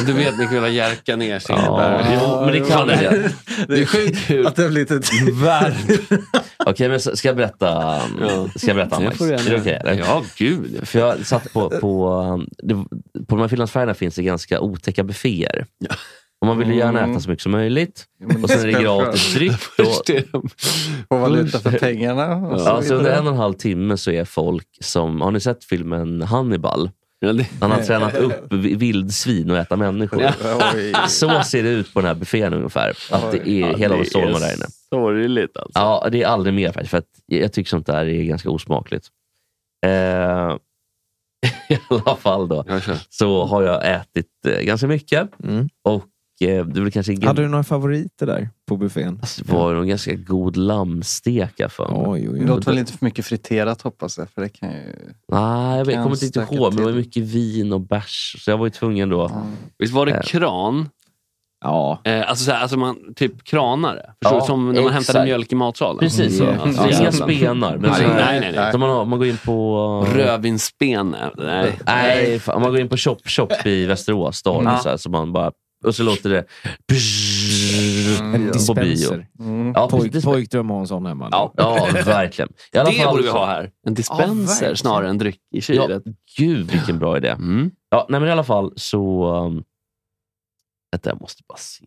Speaker 7: Du vet Nicola järka ner sig.
Speaker 5: Ja, jo, men det kan jag.
Speaker 7: Det är sjukt kul. Att
Speaker 9: det har blivit ett
Speaker 5: Okej, men så- ska jag berätta, um, ska jag berätta
Speaker 7: Det
Speaker 5: Max?
Speaker 7: får du
Speaker 5: Är
Speaker 7: gärna
Speaker 5: det okej? eller?
Speaker 7: Ja, gud.
Speaker 5: För jag satt på, på, um, det, på de här Finlandsfärjorna finns det ganska otäcka bufféer. Och man vill ju gärna
Speaker 7: Mm.
Speaker 5: äta så mycket som möjligt.
Speaker 9: men
Speaker 5: Och sen är det
Speaker 9: självklart.
Speaker 5: gratis dryck.
Speaker 7: Och,
Speaker 9: Får valuta för pengarna. Och så
Speaker 5: Alltså under
Speaker 9: vidare.
Speaker 5: en och en halv timme så är folk som... Har ni sett filmen Hannibal? Han har
Speaker 9: Nej.
Speaker 5: tränat upp vi- vildsvin och äta människor.
Speaker 7: Ja.
Speaker 9: Oj.
Speaker 5: Så ser det ut på den här buffén ungefär. Att det
Speaker 7: Oj.
Speaker 5: är
Speaker 7: Ja,
Speaker 5: hela
Speaker 7: det
Speaker 5: och stormar
Speaker 7: är
Speaker 5: där inne.
Speaker 7: Sorgligt alltså.
Speaker 5: Ja, det är aldrig mer faktiskt. För att jag tycker sånt där är ganska osmakligt. Eh, I alla fall då. Så har jag ätit eh, ganska mycket. Och eh, det var kanske ingen...
Speaker 8: Hade du några favoriter där på buffén?
Speaker 5: Alltså, det var en ganska god lammsteka för mig.
Speaker 9: Låt väl inte för mycket friterat hoppas jag. För det kan ju...
Speaker 5: Nej, jag, vet, jag
Speaker 9: Kan
Speaker 5: kommer inte
Speaker 9: stöka
Speaker 5: ihåg, men det var mycket vin och bärs. Så jag var ju tvungen då.
Speaker 7: Visst var det kran?
Speaker 8: Ja.
Speaker 7: Eh, alltså, såhär, alltså man typ kranare. Förstår
Speaker 5: Ja,
Speaker 7: du? Som när man hämtade
Speaker 5: exakt.
Speaker 7: mjölk i matsalen.
Speaker 5: Precis så.
Speaker 7: Mm.
Speaker 5: Alltså, inga spenar. Men
Speaker 7: nej,
Speaker 5: så-
Speaker 7: nej, nej. nej.
Speaker 5: Så Man, har, man går in på...
Speaker 7: Rödvinsspene. Nej.
Speaker 5: Nej, fan, man går in på Chop Chop i Västerås. Då,
Speaker 7: Ja.
Speaker 5: så här, så man bara, och så låter det... på bio.
Speaker 8: Mm. Dispenser. Mm.
Speaker 5: Ja,
Speaker 8: Pojk,
Speaker 5: precis.
Speaker 8: pojkdröm har en sån hemma.
Speaker 5: Ja, ja, verkligen. I alla
Speaker 7: det
Speaker 5: fall
Speaker 7: borde vi
Speaker 5: så-
Speaker 7: ha här. En
Speaker 5: Ja,
Speaker 7: dispenser
Speaker 5: verkligen.
Speaker 7: snarare än dryck i kylet. Mm.
Speaker 5: Ja, gud vilken bra idé. Ja, nej, men I alla fall så... Um, vänta, jag måste bara se.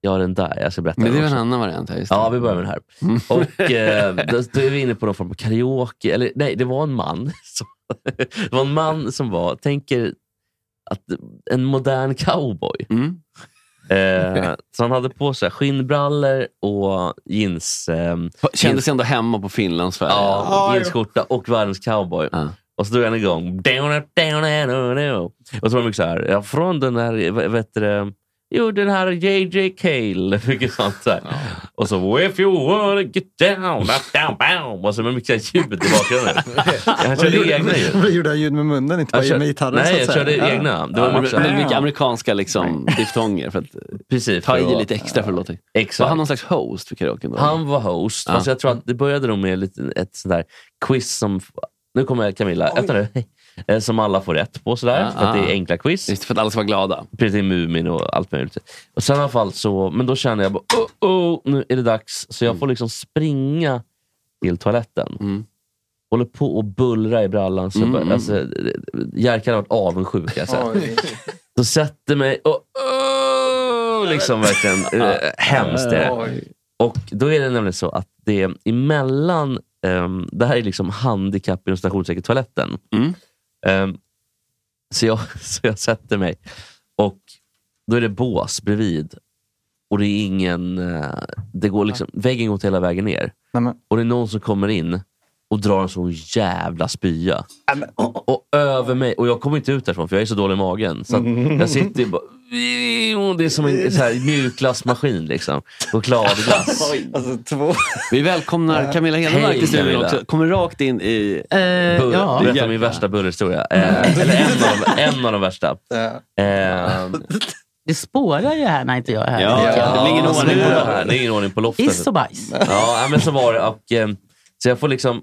Speaker 5: Jag har den där. Jag ska berätta
Speaker 7: Men det är
Speaker 5: den
Speaker 7: en
Speaker 5: också.
Speaker 7: annan variant. Här, just det. Mm.
Speaker 5: Ja, vi börjar med den här. Och eh, då, då är vi inne på någon form av karaoke. Eller nej, det var en man. Som, det var en man som var, tänker att en modern cowboy.
Speaker 7: Mm.
Speaker 5: Eh, så han hade på sig skinnbrallor och jeans... Eh,
Speaker 7: Kändes ändå hemma på Finlandsfärja.
Speaker 5: Ja,
Speaker 7: Ja,
Speaker 5: jeansskjorta och världens cowboy. Och så drog han igång. Down, up, down, and on, oh. Och så var det mycket så här. Ja, från den här, vad vad heter det? Jo, den här JJ Cale. Mycket sånt där. Och så If you wanna get down, up, down, boom. Och så med mycket så här ljud i bakgrunden. Han körde egna ljud.
Speaker 9: Vi gjorde ljud med munnen, inte bara
Speaker 5: Jag kör-
Speaker 9: med gitarren.
Speaker 5: Nej,
Speaker 9: så att
Speaker 5: jag
Speaker 9: säga.
Speaker 5: körde
Speaker 9: Ja.
Speaker 5: egna. Det var
Speaker 7: det
Speaker 5: mycket så
Speaker 7: blev
Speaker 5: här.
Speaker 7: mycket amerikanska liksom, diftonger. För att
Speaker 5: Precis,
Speaker 7: ta
Speaker 5: för
Speaker 7: i
Speaker 5: att-
Speaker 7: lite extra för att låta.
Speaker 5: Exakt.
Speaker 7: Var han någon slags host för karaoken då?
Speaker 5: Liksom. Han var host.
Speaker 7: Ja.
Speaker 5: Fast jag tror att det började nog med lite, ett sånt där quiz som... Nu kommer Camilla. Öppna nu. Eh, Som alla får rätt på. Sådär,
Speaker 7: Ja,
Speaker 5: för att det är
Speaker 7: ah.
Speaker 5: enkla quiz.
Speaker 7: Just det, för att alla ska vara glada.
Speaker 5: Precis, Mumin och allt möjligt. Och sen i alla fall så, men då känner jag bara, oh, oh, nu är det dags. Så
Speaker 7: Mm.
Speaker 5: jag får liksom springa till toaletten. Håller på och bullra i brallan. Så jag bara,
Speaker 7: Mm,
Speaker 5: alltså, Jerka har varit avundsjuk. Alltså. Så sätter mig och oh, liksom verkligen eh, hemskt är det.
Speaker 9: Oj.
Speaker 5: Och då är det nämligen så att det är emellan, um, det här är liksom handikapp inom citationstecken toaletten. Ehm, så, jag, så jag sätter mig och då är det bås bredvid. Och det är ingen, eh, det går liksom, väggen går inte hela vägen ner. Och det är någon som kommer in och drar en sån jävla spya. Och, och över mig. Och jag kommer inte ut därifrån för jag är så dålig i magen. Så att jag sitter ju bara... Det är som en så här, mjukglassmaskin. Liksom. Chokladglass.
Speaker 9: Alltså, två.
Speaker 7: Vi välkomnar Camilla Hedenmark
Speaker 5: Eh, Hej,
Speaker 7: till studion
Speaker 5: Camilla.
Speaker 7: också. Kommer rakt in i...
Speaker 5: Bull,
Speaker 7: ja.
Speaker 5: Berätta min värsta bullhistoria. Eh, eller en av, de- en av de värsta. Eh,
Speaker 10: Det spårar ju här när inte jag är här.
Speaker 5: så det är- Det är ingen ordning på loftet.
Speaker 10: Iss och bajs.
Speaker 5: Ja, nej, men så var det. Och, eh, så jag får liksom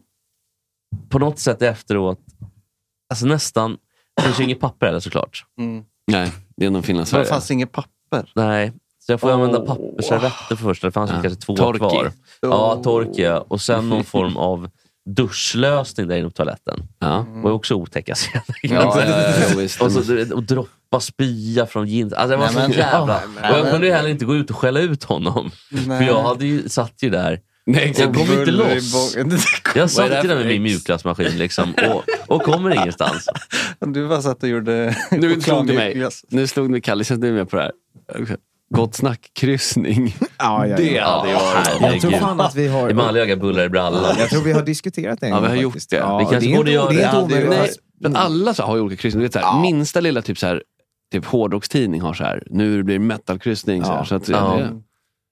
Speaker 5: på något sätt efteråt, alltså nästan, det finns ju inget papper heller såklart.
Speaker 9: Mm.
Speaker 7: Nej, det är nog
Speaker 9: Det
Speaker 7: Finlandsfärja.
Speaker 9: fanns inget papper.
Speaker 5: Nej, så jag får använda pappersservetter först. Det fanns
Speaker 7: Ja.
Speaker 5: kanske två
Speaker 7: Torki.
Speaker 5: kvar. Ja, torki. ja. Och sen någon form av duschlösning där inom toaletten.
Speaker 7: Ja.
Speaker 5: var ju också otäcka scener.
Speaker 7: Ja, ja, ja, ja, visst.
Speaker 5: och, så, du vet, och droppa spya från jeans. Alltså, det var
Speaker 7: Nej,
Speaker 5: så
Speaker 7: men-
Speaker 5: jävla...
Speaker 7: Ja, men-
Speaker 5: och jag kunde ju heller inte gå ut och skälla ut honom.
Speaker 7: Nej.
Speaker 5: För jag hade ju, satt ju där.
Speaker 7: Nej, exakt.
Speaker 5: jag kom inte
Speaker 7: Buller i
Speaker 5: loss.
Speaker 7: bågen.
Speaker 5: Jag
Speaker 7: Vad är det
Speaker 5: satt ju där
Speaker 7: för
Speaker 5: med min
Speaker 7: ex?
Speaker 5: mjukglassmaskin liksom, och, och kommer ingenstans.
Speaker 9: Du bara satt och gjorde
Speaker 7: Nu slog du mig.
Speaker 9: chokladmjukglass.
Speaker 7: Nu slog du Kalle. Känns du med på det här? Gott snack-kryssning.
Speaker 8: Ja, ja,
Speaker 7: Det
Speaker 8: ja.
Speaker 7: hade ju varit...
Speaker 8: Jag tror fan att vi har...
Speaker 5: I manliga bullar i brallan.
Speaker 8: Jag tror vi har diskuterat det en
Speaker 7: Ja, vi
Speaker 8: gång
Speaker 7: har gjort
Speaker 8: faktiskt.
Speaker 7: det.
Speaker 8: Ja,
Speaker 7: vi kanske
Speaker 8: det är
Speaker 7: borde
Speaker 8: inte-
Speaker 7: göra
Speaker 8: det. är inte omöjligt.
Speaker 7: Nej, men alla så här har ju olika kryssning. Du vet, så här, Minsta lilla typ, så här, typ hårdrockstidning har så här, nu blir det metalkryssning. Så här, så att,
Speaker 5: Ja.
Speaker 7: det-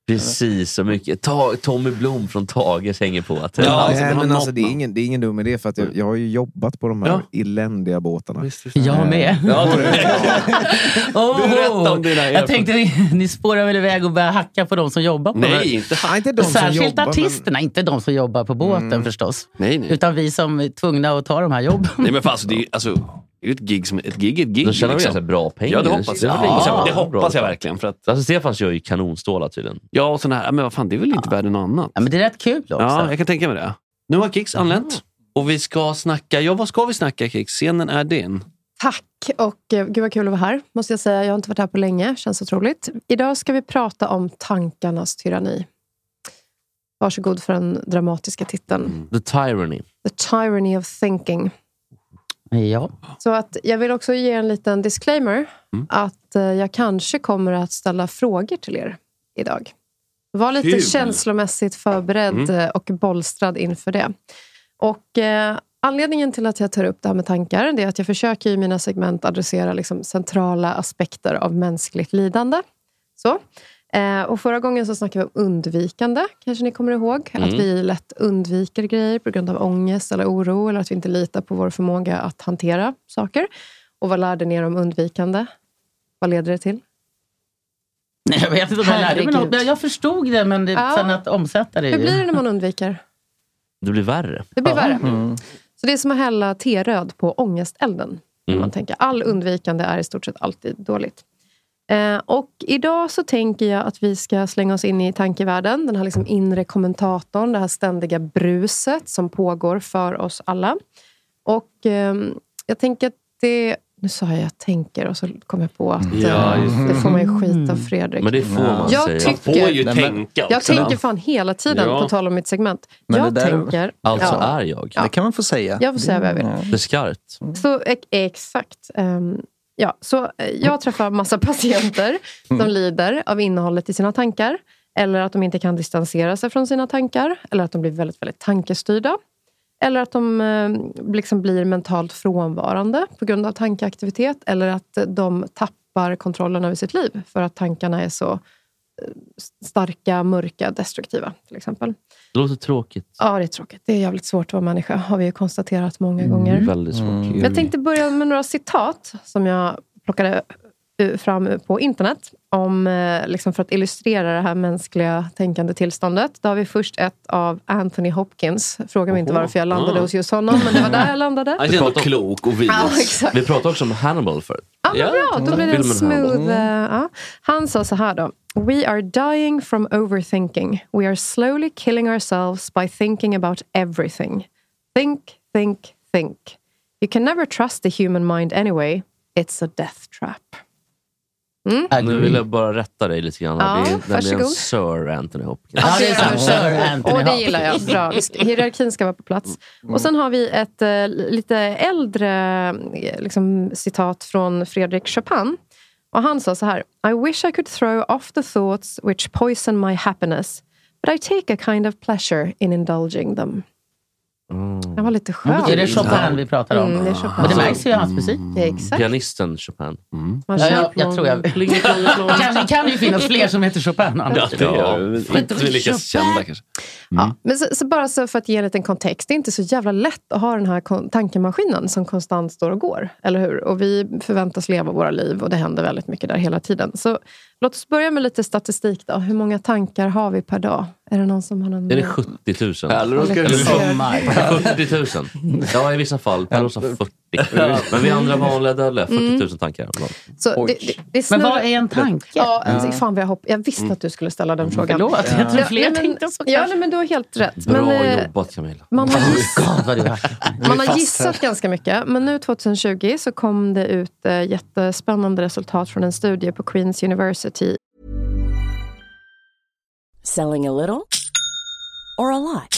Speaker 5: Precis, så mycket. Ta, Tommy Blom från Tages hänger på. Att,
Speaker 8: Nej, men alltså, det, är ingen, det är ingen dum idé, för att jag, jag har ju jobbat på de här
Speaker 5: Ja.
Speaker 8: eländiga båtarna. Eh,
Speaker 10: Jag med. Oh,
Speaker 8: Berätta om dina
Speaker 10: jag tänkte ni, ni spårar väl iväg och börjar hacka på de som jobbar på
Speaker 8: Nej,
Speaker 10: båten.
Speaker 8: inte hack- Nej, inte de som
Speaker 10: Särskilt
Speaker 8: jobbar, men- Mm.
Speaker 10: artisterna, inte de som jobbar på båten förstås.
Speaker 7: Nej, nej.
Speaker 10: Utan vi som är tvungna att ta de här jobben.
Speaker 7: nej, men fan, alltså, det är ju alltså, det är ju ett gig som ett gig. är Ett gig liksom.
Speaker 5: Då tjänar vi
Speaker 4: liksom.
Speaker 5: ganska bra pengar.
Speaker 7: Ja, det hoppas jag.
Speaker 5: Det är
Speaker 7: Ja,
Speaker 5: bra.
Speaker 7: det hoppas jag verkligen. För att,
Speaker 5: Alltså, Stefan kör ju kanonstålar tydligen.
Speaker 7: ja, och sådana här, men vad fan, det är väl inte värre än något annat?
Speaker 10: Ja, men det är rätt kul också.
Speaker 7: Ja, jag kan tänka mig det. Nu har Kicks
Speaker 5: Mm.
Speaker 7: anlänt och vi ska snacka. Ja, vad ska vi snacka Kicks? Scenen är din.
Speaker 4: Tack och eh, gud vad kul att vara här. Måste jag säga, jag har inte varit här på länge. Känns otroligt. Idag ska vi prata om tankarnas tyranni. Varsågod för den dramatiska titeln.
Speaker 5: The Tyranny.
Speaker 4: The Tyranny of Thinking.
Speaker 10: Ja.
Speaker 4: Så att jag vill också ge en liten disclaimer.
Speaker 10: Mm.
Speaker 4: Att eh, jag kanske kommer att ställa frågor till er idag. Var lite
Speaker 10: Kul.
Speaker 4: känslomässigt förberedd
Speaker 10: Mm.
Speaker 4: eh, och bolstrad inför det. Och eh, Anledningen till att jag tar upp det här med tankar det är att jag försöker i mina segment adressera liksom centrala aspekter av mänskligt lidande. Så. Eh, och förra gången så snackade vi om undvikande, kanske ni kommer ihåg. Att
Speaker 11: Mm.
Speaker 4: vi lätt undviker grejer på grund av ångest eller oro eller att vi inte litar på vår förmåga att hantera saker. Och vad lärde ni er om undvikande? Vad leder det till?
Speaker 10: Nej, jag vet inte om jag lärde mig något.
Speaker 4: Herregud.
Speaker 10: men Jag förstod det, men det,
Speaker 4: Ja.
Speaker 10: sen att omsätta det... är
Speaker 4: Hur
Speaker 10: ju-
Speaker 4: blir det när man undviker?
Speaker 5: Det blir värre.
Speaker 4: Det blir värre.
Speaker 10: Mm.
Speaker 4: Så det är som att hälla teröd på ångestelden. Kan
Speaker 5: Mm.
Speaker 4: man tänka. All undvikande är i stort sett alltid dåligt. Eh, och idag så tänker jag att vi ska slänga oss in i tankevärlden. Den här liksom inre kommentatorn, det här ständiga bruset som pågår för oss alla. Och ehm, jag tänker att det... Nu sa jag jag tänker och så kom jag på att eh,
Speaker 5: Ja, just det.
Speaker 4: det får man ju skit av Fredrik.
Speaker 5: Men det får man
Speaker 4: jag
Speaker 5: säga.
Speaker 4: Tycker,
Speaker 5: Man får ju tänka
Speaker 4: Jag
Speaker 5: också.
Speaker 4: tänker fan hela tiden,
Speaker 5: Ja.
Speaker 4: på tal om mitt segment.
Speaker 5: Men
Speaker 4: jag
Speaker 5: det där-
Speaker 4: tänker...
Speaker 5: Alltså
Speaker 4: Ja.
Speaker 5: är jag.
Speaker 4: Ja. Det
Speaker 5: kan man få säga.
Speaker 4: Jag får säga vad jag vill.
Speaker 5: Det är skarpt.
Speaker 4: Så, ex- exakt. Ehm, ja, så eh, jag träffar massa patienter som
Speaker 5: Mm.
Speaker 4: lider av innehållet i sina tankar. Eller att de inte kan distansera sig från sina tankar. Eller att de blir väldigt, väldigt tankestyrda. Eller att de eh, liksom blir mentalt frånvarande på grund av tankeaktivitet. Eller att eh, de tappar kontrollen över sitt liv för att tankarna är så eh, starka, mörka, destruktiva. till exempel.
Speaker 5: Det låter tråkigt.
Speaker 4: Ja, det är tråkigt. Det är jävligt svårt att vara människa, har vi ju konstaterat många gånger.
Speaker 5: Väldigt svårt.
Speaker 4: Men Mm. Jag tänkte börja med några citat som jag plockade eh, fram på internet om, eh, liksom för att illustrera det här mänskliga tänkande tillståndet. Då har vi först ett av Anthony Hopkins. Fråga mig inte varför jag landade
Speaker 5: Ah.
Speaker 4: hos just honom, men det var där jag landade.
Speaker 5: Vi pratar om-
Speaker 7: klok och
Speaker 4: Ja, exakt.
Speaker 5: Vi pratade också om Hannibal förut.
Speaker 4: Ah, ja, bra, då blir det en
Speaker 5: Filmen Hannibal.
Speaker 4: smooth... eh, ja. Han sa så här då. We are dying from overthinking. We are slowly killing ourselves by thinking about everything. Think, think, think. You can never trust the human mind anyway. It's a death trap. Mm.
Speaker 5: Nu vill jag bara rätta dig lite grann. här.
Speaker 4: Ja,
Speaker 5: det är nämligen
Speaker 4: varsågod.
Speaker 5: Sir Anthony Hopkins.
Speaker 4: Ja, det är som Sir Anthony Och det gillar jag. Mm. Bra. Vi ska- Hierarkin ska vara på plats. Och sen har vi ett eh, lite äldre eh, liksom, citat från Fredrik Chopin. Och han sa så här. I wish I could throw off the thoughts which poison my happiness. But I take a kind of pleasure in indulging them. Den var lite skön.
Speaker 10: Är det Chopin vi pratar om?
Speaker 4: Mm, det är Chopin. Mm.
Speaker 10: Men det märks ju i hans musik.
Speaker 4: Exakt.
Speaker 5: Pianisten Chopin. Mm.
Speaker 10: Ja, jag, jag tror jag... Det kanske kan ju finnas fler som heter Chopin.
Speaker 5: Ja, det gör
Speaker 10: Skit i
Speaker 5: Inte vi lika
Speaker 10: Chopin.
Speaker 5: kända kanske.
Speaker 12: Uh,
Speaker 4: Ja, men så, så bara så för att ge en liten kontext. Det är inte så jävla lätt att ha den här kon- tankemaskinen som konstant står och går. Eller hur? Och vi förväntas leva våra liv och det händer väldigt mycket där hela tiden. Så låt oss börja med lite statistik då. Hur många tankar har vi per dag? Är det någon som har någon...
Speaker 5: Är det 70 000?
Speaker 4: Eller då ska Eller du- Oh my.
Speaker 5: 40 000. Ja, i vissa fall. Per sa 40. Men vi andra vanliga dödliga, 40 000 tankar. om dagen.
Speaker 4: Så det, det, det
Speaker 10: Men vad
Speaker 4: snurrar-
Speaker 10: är en tanke?
Speaker 4: Ja,
Speaker 5: Ja.
Speaker 4: alltså, fan vad jag, hopp... jag
Speaker 5: Mm.
Speaker 4: visste att du skulle ställa den frågan.
Speaker 10: Förlåt, jag tror
Speaker 4: Ja,
Speaker 10: fler
Speaker 4: nej, men- Ja, nej, men du har helt rätt.
Speaker 5: Bra
Speaker 4: men, eh,
Speaker 5: jobbat Camilla. Oh
Speaker 4: man har
Speaker 10: God, vad du har.
Speaker 4: Man har gissat ganska mycket, men nu 2020 så kom det ut eh, jättespännande resultat från en studie på Queens University.
Speaker 11: Selling a little or a lot?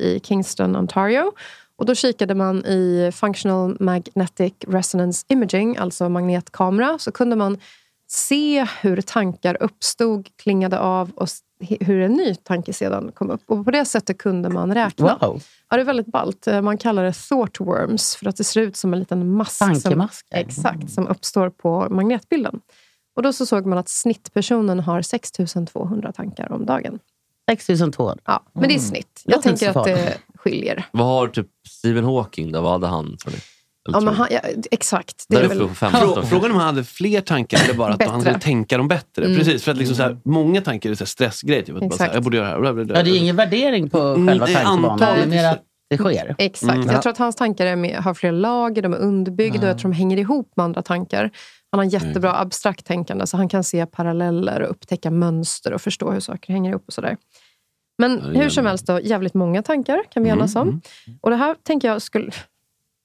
Speaker 4: i Kingston, Ontario. Och då kikade man i Functional Magnetic Resonance Imaging, alltså magnetkamera, så kunde man se hur tankar uppstod, klingade av och s- hur en ny tanke sedan kom upp. Och På det sättet kunde man räkna.
Speaker 10: Wow.
Speaker 4: Ja, det är väldigt ballt. Eh, Man kallar det thoughtworms för att det ser ut som en liten mask.
Speaker 10: Tankemasker.
Speaker 4: Som, exakt, som uppstår på magnetbilden. Och Då så såg man att snittpersonen har 6 200 tankar om dagen.
Speaker 10: 6200.
Speaker 4: Ja, men det är
Speaker 5: Mm.
Speaker 4: snitt.
Speaker 5: Det
Speaker 4: Jag
Speaker 5: låter inte
Speaker 4: tänker
Speaker 5: så
Speaker 4: att det
Speaker 5: farligt.
Speaker 4: skiljer.
Speaker 5: Vad har typ Stephen Hawking då? Vad hade han? Tror ni? Eller
Speaker 4: Ja,
Speaker 5: tror
Speaker 4: men
Speaker 5: ni?
Speaker 4: han, ja, exakt.
Speaker 5: Där
Speaker 4: är
Speaker 5: uppe
Speaker 4: väl-
Speaker 5: på 15.
Speaker 7: Frå- Frågan är om han hade fler tankar eller bara att han
Speaker 4: Bättre.
Speaker 7: skulle tänka dem bättre.
Speaker 10: Mm.
Speaker 7: Precis, för att liksom så här, många tankar är så här stressgrejer. Typ, att bara så här,
Speaker 10: Exakt.
Speaker 7: jag borde göra det här. bla, bla, bla.
Speaker 10: Ja, det är ingen värdering på
Speaker 7: Mm,
Speaker 10: själva
Speaker 7: det är
Speaker 10: tankebanan. Det är
Speaker 7: antalet.
Speaker 10: mer att det sker.
Speaker 4: Exakt.
Speaker 10: Mm.
Speaker 4: Jag tror att hans tankar är med, har fler lager, de är underbyggda och jag tror de hänger ihop med andra tankar. Han
Speaker 10: Mm.
Speaker 4: har jättebra abstrakt tänkande, så han kan se paralleller och upptäcka mönster och förstå hur saker hänger ihop och sådär. Men
Speaker 10: det Mm, är
Speaker 4: hur som helst, då, jävligt många tankar kan vi enas om. Och det här tänker jag skulle...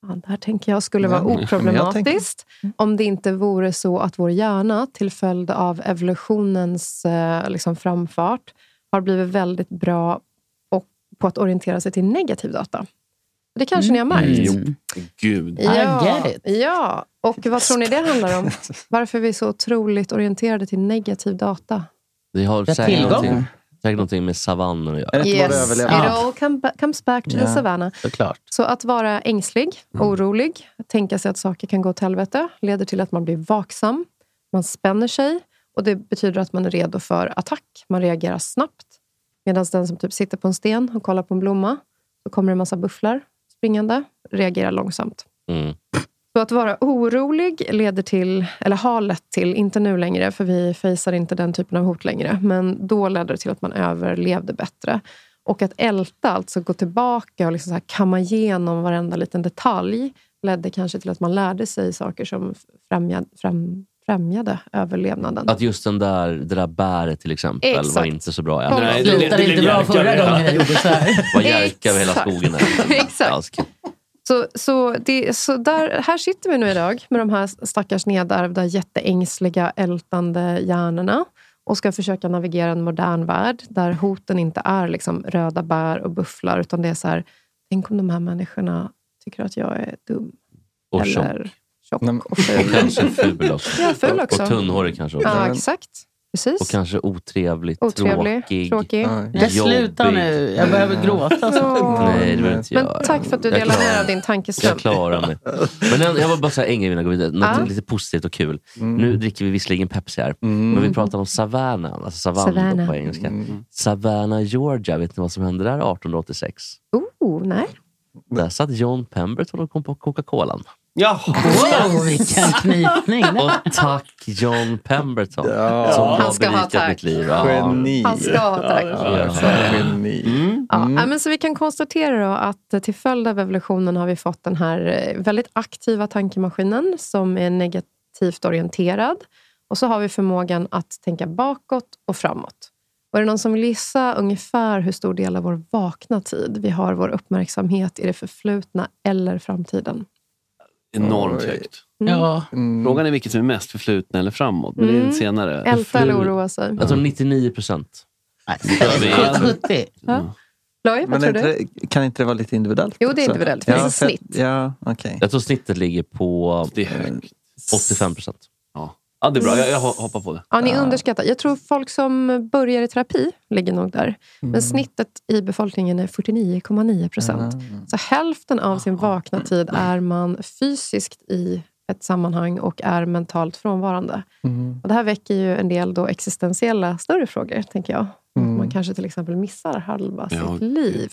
Speaker 4: Fan, det här tänker jag skulle vara
Speaker 10: Ja, men jag
Speaker 4: oproblematiskt om det inte vore så att vår hjärna till följd av evolutionens eh, liksom framfart har blivit väldigt bra och, på att orientera sig till negativ data. Det kanske ni
Speaker 10: Mm.
Speaker 4: har märkt?
Speaker 7: Gud.
Speaker 4: Mm. Ja, ja, och vad tror ni det handlar om? Varför vi är så otroligt orienterade till negativ data?
Speaker 5: Det har
Speaker 4: Ja,
Speaker 5: säkert
Speaker 4: tillgång.
Speaker 5: någonting, säkert någonting med savannen att göra.
Speaker 4: it all come ba- comes back to
Speaker 5: Ja.
Speaker 4: the savannah.
Speaker 10: Såklart.
Speaker 4: Så att vara ängslig, orolig, tänka sig att saker kan gå åt helvete leder till att man blir vaksam, man spänner sig och det betyder att man är redo för attack. Man reagerar snabbt. Medan den som typ sitter på en sten och kollar på en blomma, så kommer det en massa bufflar springande, reagerar långsamt.
Speaker 5: Mm.
Speaker 4: Så att vara orolig leder till, eller har lett till, inte nu längre, för vi fejsar inte den typen av hot längre, men då ledde det till att man överlevde bättre. Och att älta, alltså gå tillbaka och liksom så här kamma igenom varenda liten detalj, ledde kanske till att man lärde sig saker som främjade, främ, främjade överlevnaden.
Speaker 5: Att just den där, det där bäret till exempel var
Speaker 4: Exakt.
Speaker 5: inte så bra.
Speaker 4: Nej, det- det-
Speaker 10: Slutade det- det inte blev bra järkar förra överallt. gången jag gjorde så här.
Speaker 5: Vad järkar över hela
Speaker 4: Exakt.
Speaker 5: skogen. här.
Speaker 4: Exakt. Så, så, det, så där, här sitter vi nu idag med de här stackars nedärvda, jätteängsliga, ältande hjärnorna och ska försöka navigera en modern värld där hoten inte är liksom röda bär och bufflar, utan det är så här, tänk om de här människorna tycker att jag är dum.
Speaker 5: Och
Speaker 4: Eller
Speaker 5: tjock.
Speaker 4: tjock och ful.
Speaker 5: Och kanske ful också.
Speaker 4: Ja, ful också.
Speaker 5: Och tunnhårig kanske också.
Speaker 4: Ja, exakt. Precis.
Speaker 5: Och kanske otrevlig,
Speaker 4: Otrevlig,
Speaker 5: tråkig.
Speaker 4: tråkig.
Speaker 10: Jag slutar nu. Jag behöver gråta.
Speaker 4: Ja.
Speaker 5: Nej, det behöver inte
Speaker 4: Men
Speaker 5: jag.
Speaker 4: tack för att du
Speaker 5: Jag
Speaker 4: delar
Speaker 5: klarar-
Speaker 4: med dig av din
Speaker 5: Jag
Speaker 4: tankeström.
Speaker 5: klarar mig. Men en, jag vill bara säga en grej innan jag går vidare. Något
Speaker 4: Ja.
Speaker 5: lite positivt och kul. Nu dricker vi visserligen Pepsi här, men vi pratar om savanna, alltså savann
Speaker 4: Savanna.
Speaker 5: på engelska. Savannah, Georgia. Vet ni vad som hände där 1886?
Speaker 4: Oh, nej.
Speaker 5: Där satt John Pemberton och kom på Coca-Colan.
Speaker 7: Ja.
Speaker 10: Wow, vilken knytning.
Speaker 5: Och tack John Pemberton.
Speaker 10: Ja.
Speaker 5: Som
Speaker 10: Han
Speaker 5: har
Speaker 10: ska ha
Speaker 5: berikat
Speaker 10: tack.
Speaker 5: mitt liv. Ja.
Speaker 9: Geni.
Speaker 4: Han ska ha tack. Mm.
Speaker 9: Geni.
Speaker 4: Ja, ja,
Speaker 5: Mm.
Speaker 4: men så vi kan konstatera då att eh, till följd av evolutionen har vi fått den här eh, väldigt aktiva tankemaskinen som är negativt orienterad. Och så har vi förmågan att tänka bakåt och framåt. Och är det någon som vill gissa ungefär hur stor del av vår vakna tid vi har vår uppmärksamhet i det förflutna eller framtiden?
Speaker 7: Enormt högt.
Speaker 4: Mm. Ja.
Speaker 7: Frågan är vilket som är mest förflutna eller framåt. Men det är
Speaker 4: Mm.
Speaker 7: en senare.
Speaker 4: Älta eller oroa sig?
Speaker 5: Jag tror 99 Alltså, procent. Mm.
Speaker 4: Ja. Loj, vad
Speaker 9: Men
Speaker 4: tror
Speaker 9: är inte,
Speaker 4: du?
Speaker 9: det- kan inte det vara lite individuellt?
Speaker 4: Jo, det är
Speaker 9: också?
Speaker 4: individuellt, för det är
Speaker 9: för att-
Speaker 4: snitt.
Speaker 9: Ja, okej.
Speaker 5: Jag tror snittet ligger på
Speaker 7: Det är högt.
Speaker 5: 85 procent.
Speaker 7: Ja. ja, det är bra. Jag, jag hoppar på det.
Speaker 4: Ja, ni underskattar. Jag tror folk som börjar i terapi ligger nog där. Men snittet i befolkningen är 49,9 procent. Så hälften av sin vakna tid är man fysiskt i ett sammanhang och är mentalt frånvarande. Och det här väcker ju en del då existentiella större frågor, tänker jag. Att Man kanske till exempel missar halva sitt liv.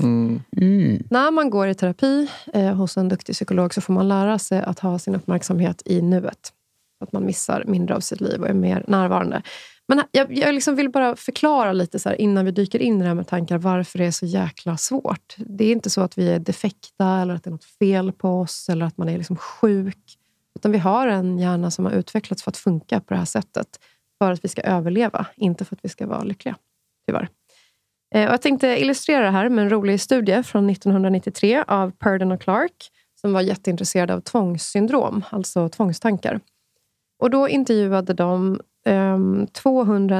Speaker 4: När man går i terapi eh, hos en duktig psykolog så får man lära sig att ha sin uppmärksamhet i nuet. Så Att man missar mindre av sitt liv och är mer närvarande. Men här- jag, jag liksom vill bara förklara lite så här, innan vi dyker in i det här med tankar varför det är så jäkla svårt. Det är inte så att vi är defekta eller att det är något fel på oss eller att man är liksom sjuk. Utan vi har en hjärna som har utvecklats för att funka på det här sättet. För att vi ska överleva, inte för att vi ska vara lyckliga. Tyvärr. Eh, och jag tänkte illustrera det här med en rolig studie från 1993 av Purden och Clark som var jätteintresserade av tvångssyndrom, alltså tvångstankar. Och då intervjuade de ehm,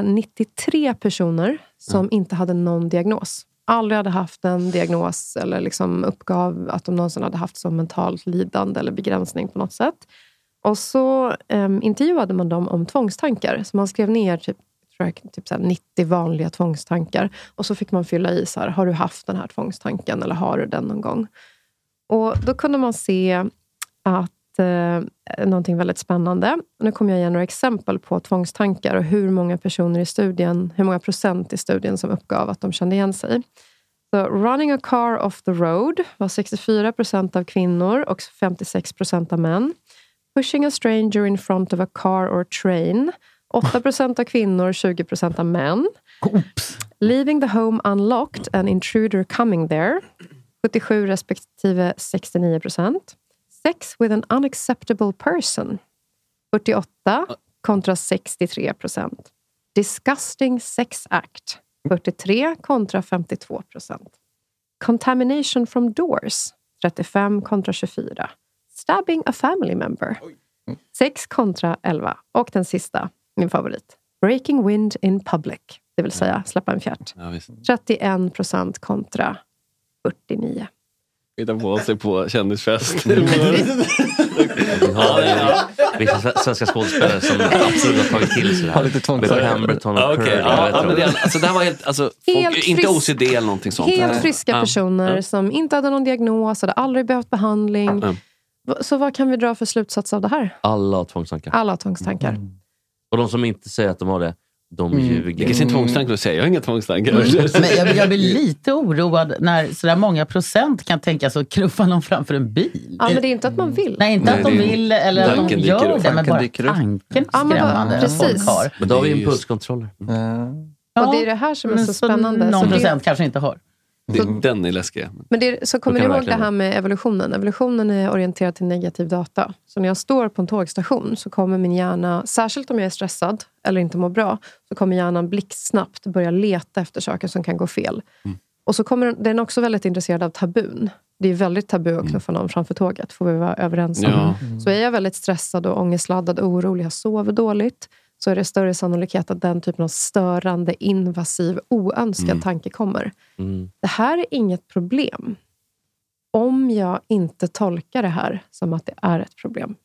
Speaker 4: 293 personer som inte hade någon diagnos. Aldrig hade haft en diagnos eller liksom uppgav att de någonsin hade haft som mentalt lidande eller begränsning på något sätt. Och så em, intervjuade man dem om tvångstankar. Så man skrev ner typ, tror jag, typ så här 90 vanliga tvångstankar. Och så fick man fylla i, så här, har du haft den här tvångstanken eller har du den någon gång? Och då kunde man se att eh, någonting väldigt spännande. Nu kommer jag ge några exempel på tvångstankar och hur många personer i studien, hur många procent i studien som uppgav att de kände igen sig. Så running a car off the road var 64 procent av kvinnor och 56 procent av män. Pushing a stranger in front of a car or train. 8 procent av kvinnor, 20 procent av män. Leaving the home unlocked, an intruder coming there. 77 respektive 69 procent. Sex with an unacceptable person. 48 kontra 63 procent. Disgusting sex act. 43 kontra 52 procent. Contamination from doors. 35 kontra 24. Stabbing a family member. 6 kontra 11. Och den sista, min favorit. Breaking wind in public. Det vill
Speaker 5: Mm.
Speaker 4: säga släppa en fjärt.
Speaker 7: Ja, visst.
Speaker 4: 31 procent kontra 49.
Speaker 7: Hitta på sig på kändisfest.
Speaker 5: Vi har ja. vissa svenska skådespelare som absolut har tagit till sig det här.
Speaker 7: Har lite tvångstankar.
Speaker 5: Bill Hamilton
Speaker 7: Ja,
Speaker 5: och
Speaker 7: okej.
Speaker 5: Curry.
Speaker 7: Ja, ja, men det är- alltså, det här var helt... Alltså,
Speaker 4: Helt
Speaker 7: folk, inte
Speaker 4: frisk-
Speaker 7: OCD eller någonting sånt.
Speaker 4: Helt friska
Speaker 7: Ja.
Speaker 4: personer
Speaker 7: Ja.
Speaker 4: som inte hade någon diagnos, hade aldrig behövt behandling.
Speaker 5: Ja.
Speaker 4: Va- Så vad kan vi dra för slutsats av det här?
Speaker 5: Alla har tvångstankar.
Speaker 4: Alla har tvångstankar.
Speaker 5: Mm. Och de som inte säger att de har det, de
Speaker 10: Mm.
Speaker 5: ljuger.
Speaker 10: Vilken sin tvångstank
Speaker 7: du säger? Jag har inga tvångstankar.
Speaker 9: Mm.
Speaker 10: Men jag, jag blir lite oroad när sådär många procent kan tänka sig att knuffa någon framför en bil.
Speaker 4: Ja, men det är inte att man vill.
Speaker 10: Nej, inte
Speaker 5: Mm. Nej,
Speaker 10: att de
Speaker 5: det är-
Speaker 10: vill eller att de
Speaker 5: tanken
Speaker 10: gör
Speaker 5: dyker upp.
Speaker 10: det, men
Speaker 5: Tanken
Speaker 10: bara
Speaker 5: dyker upp.
Speaker 10: tanken
Speaker 4: Ja, men bara-
Speaker 10: skrämmande. att folk
Speaker 4: precis.
Speaker 10: har.
Speaker 5: Men då har vi impulskontroller.
Speaker 7: Eh,
Speaker 4: Och det är det här som är
Speaker 10: men
Speaker 4: så spännande.
Speaker 10: Någon
Speaker 4: Så det-
Speaker 10: procent kanske inte har.
Speaker 7: Det- Den är läskig.
Speaker 4: Men det, så kommer
Speaker 7: Då
Speaker 4: ni
Speaker 7: kan det
Speaker 4: ihåg det
Speaker 7: verkligen
Speaker 4: här med evolutionen? Evolutionen är orienterad till negativ data. Så när jag står på en tågstation så kommer min hjärna, särskilt om jag är stressad eller inte mår bra, så kommer hjärnan blixtsnabbt börja leta efter saker som kan gå fel. Och så kommer den, den är också väldigt intresserad av tabun. Det är väldigt tabu
Speaker 7: Mm.
Speaker 4: att knuffa någon framför tåget, får vi vara överens om.
Speaker 13: Ja.
Speaker 4: Så är jag väldigt stressad och ångestladdad och orolig, jag sover dåligt, så är det större sannolikhet att den typen av störande, invasiv, oönskad
Speaker 7: Mm.
Speaker 4: tanke kommer. Det här är inget problem om jag inte tolkar det här som att det är ett problem.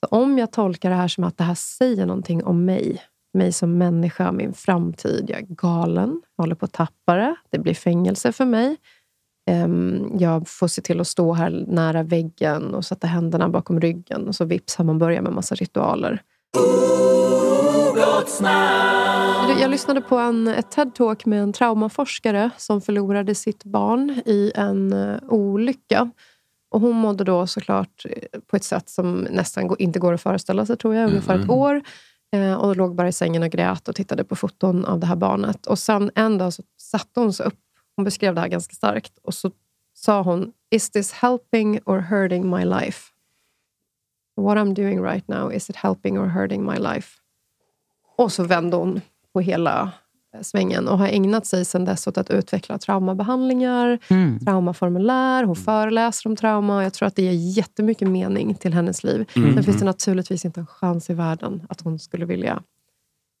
Speaker 4: Så om jag tolkar det här som att det här säger någonting om mig, mig som människa, min framtid, jag är galen, jag håller på att tappa det, det blir fängelse för mig. Ehm, Jag får se till att stå här nära väggen och sätta händerna bakom ryggen och så vips har man börjat med massa ritualer. Du, Jag lyssnade på en, ett TED-talk med en traumaforskare som förlorade sitt barn i en eh, olycka. Och hon mådde då såklart eh, på ett sätt som nästan gå- inte går att föreställa sig, tror jag, ungefär ett
Speaker 13: Mm.
Speaker 4: år. Eh, Och låg bara i sängen och grät och tittade på foton av det här barnet. Och sen en dag så satte hon sig upp. Hon beskrev det här ganska starkt. Och så sa hon, is this helping or hurting my life? What I'm doing right now, is it helping or hurting my life? Och så vände hon på hela eh, svängen och har ägnat sig sedan dess åt att utveckla traumabehandlingar, traumaformulär. Hon föreläser om trauma och jag tror att det ger jättemycket mening till hennes liv.
Speaker 7: Mm.
Speaker 4: Sen finns det naturligtvis inte en chans i världen att hon skulle vilja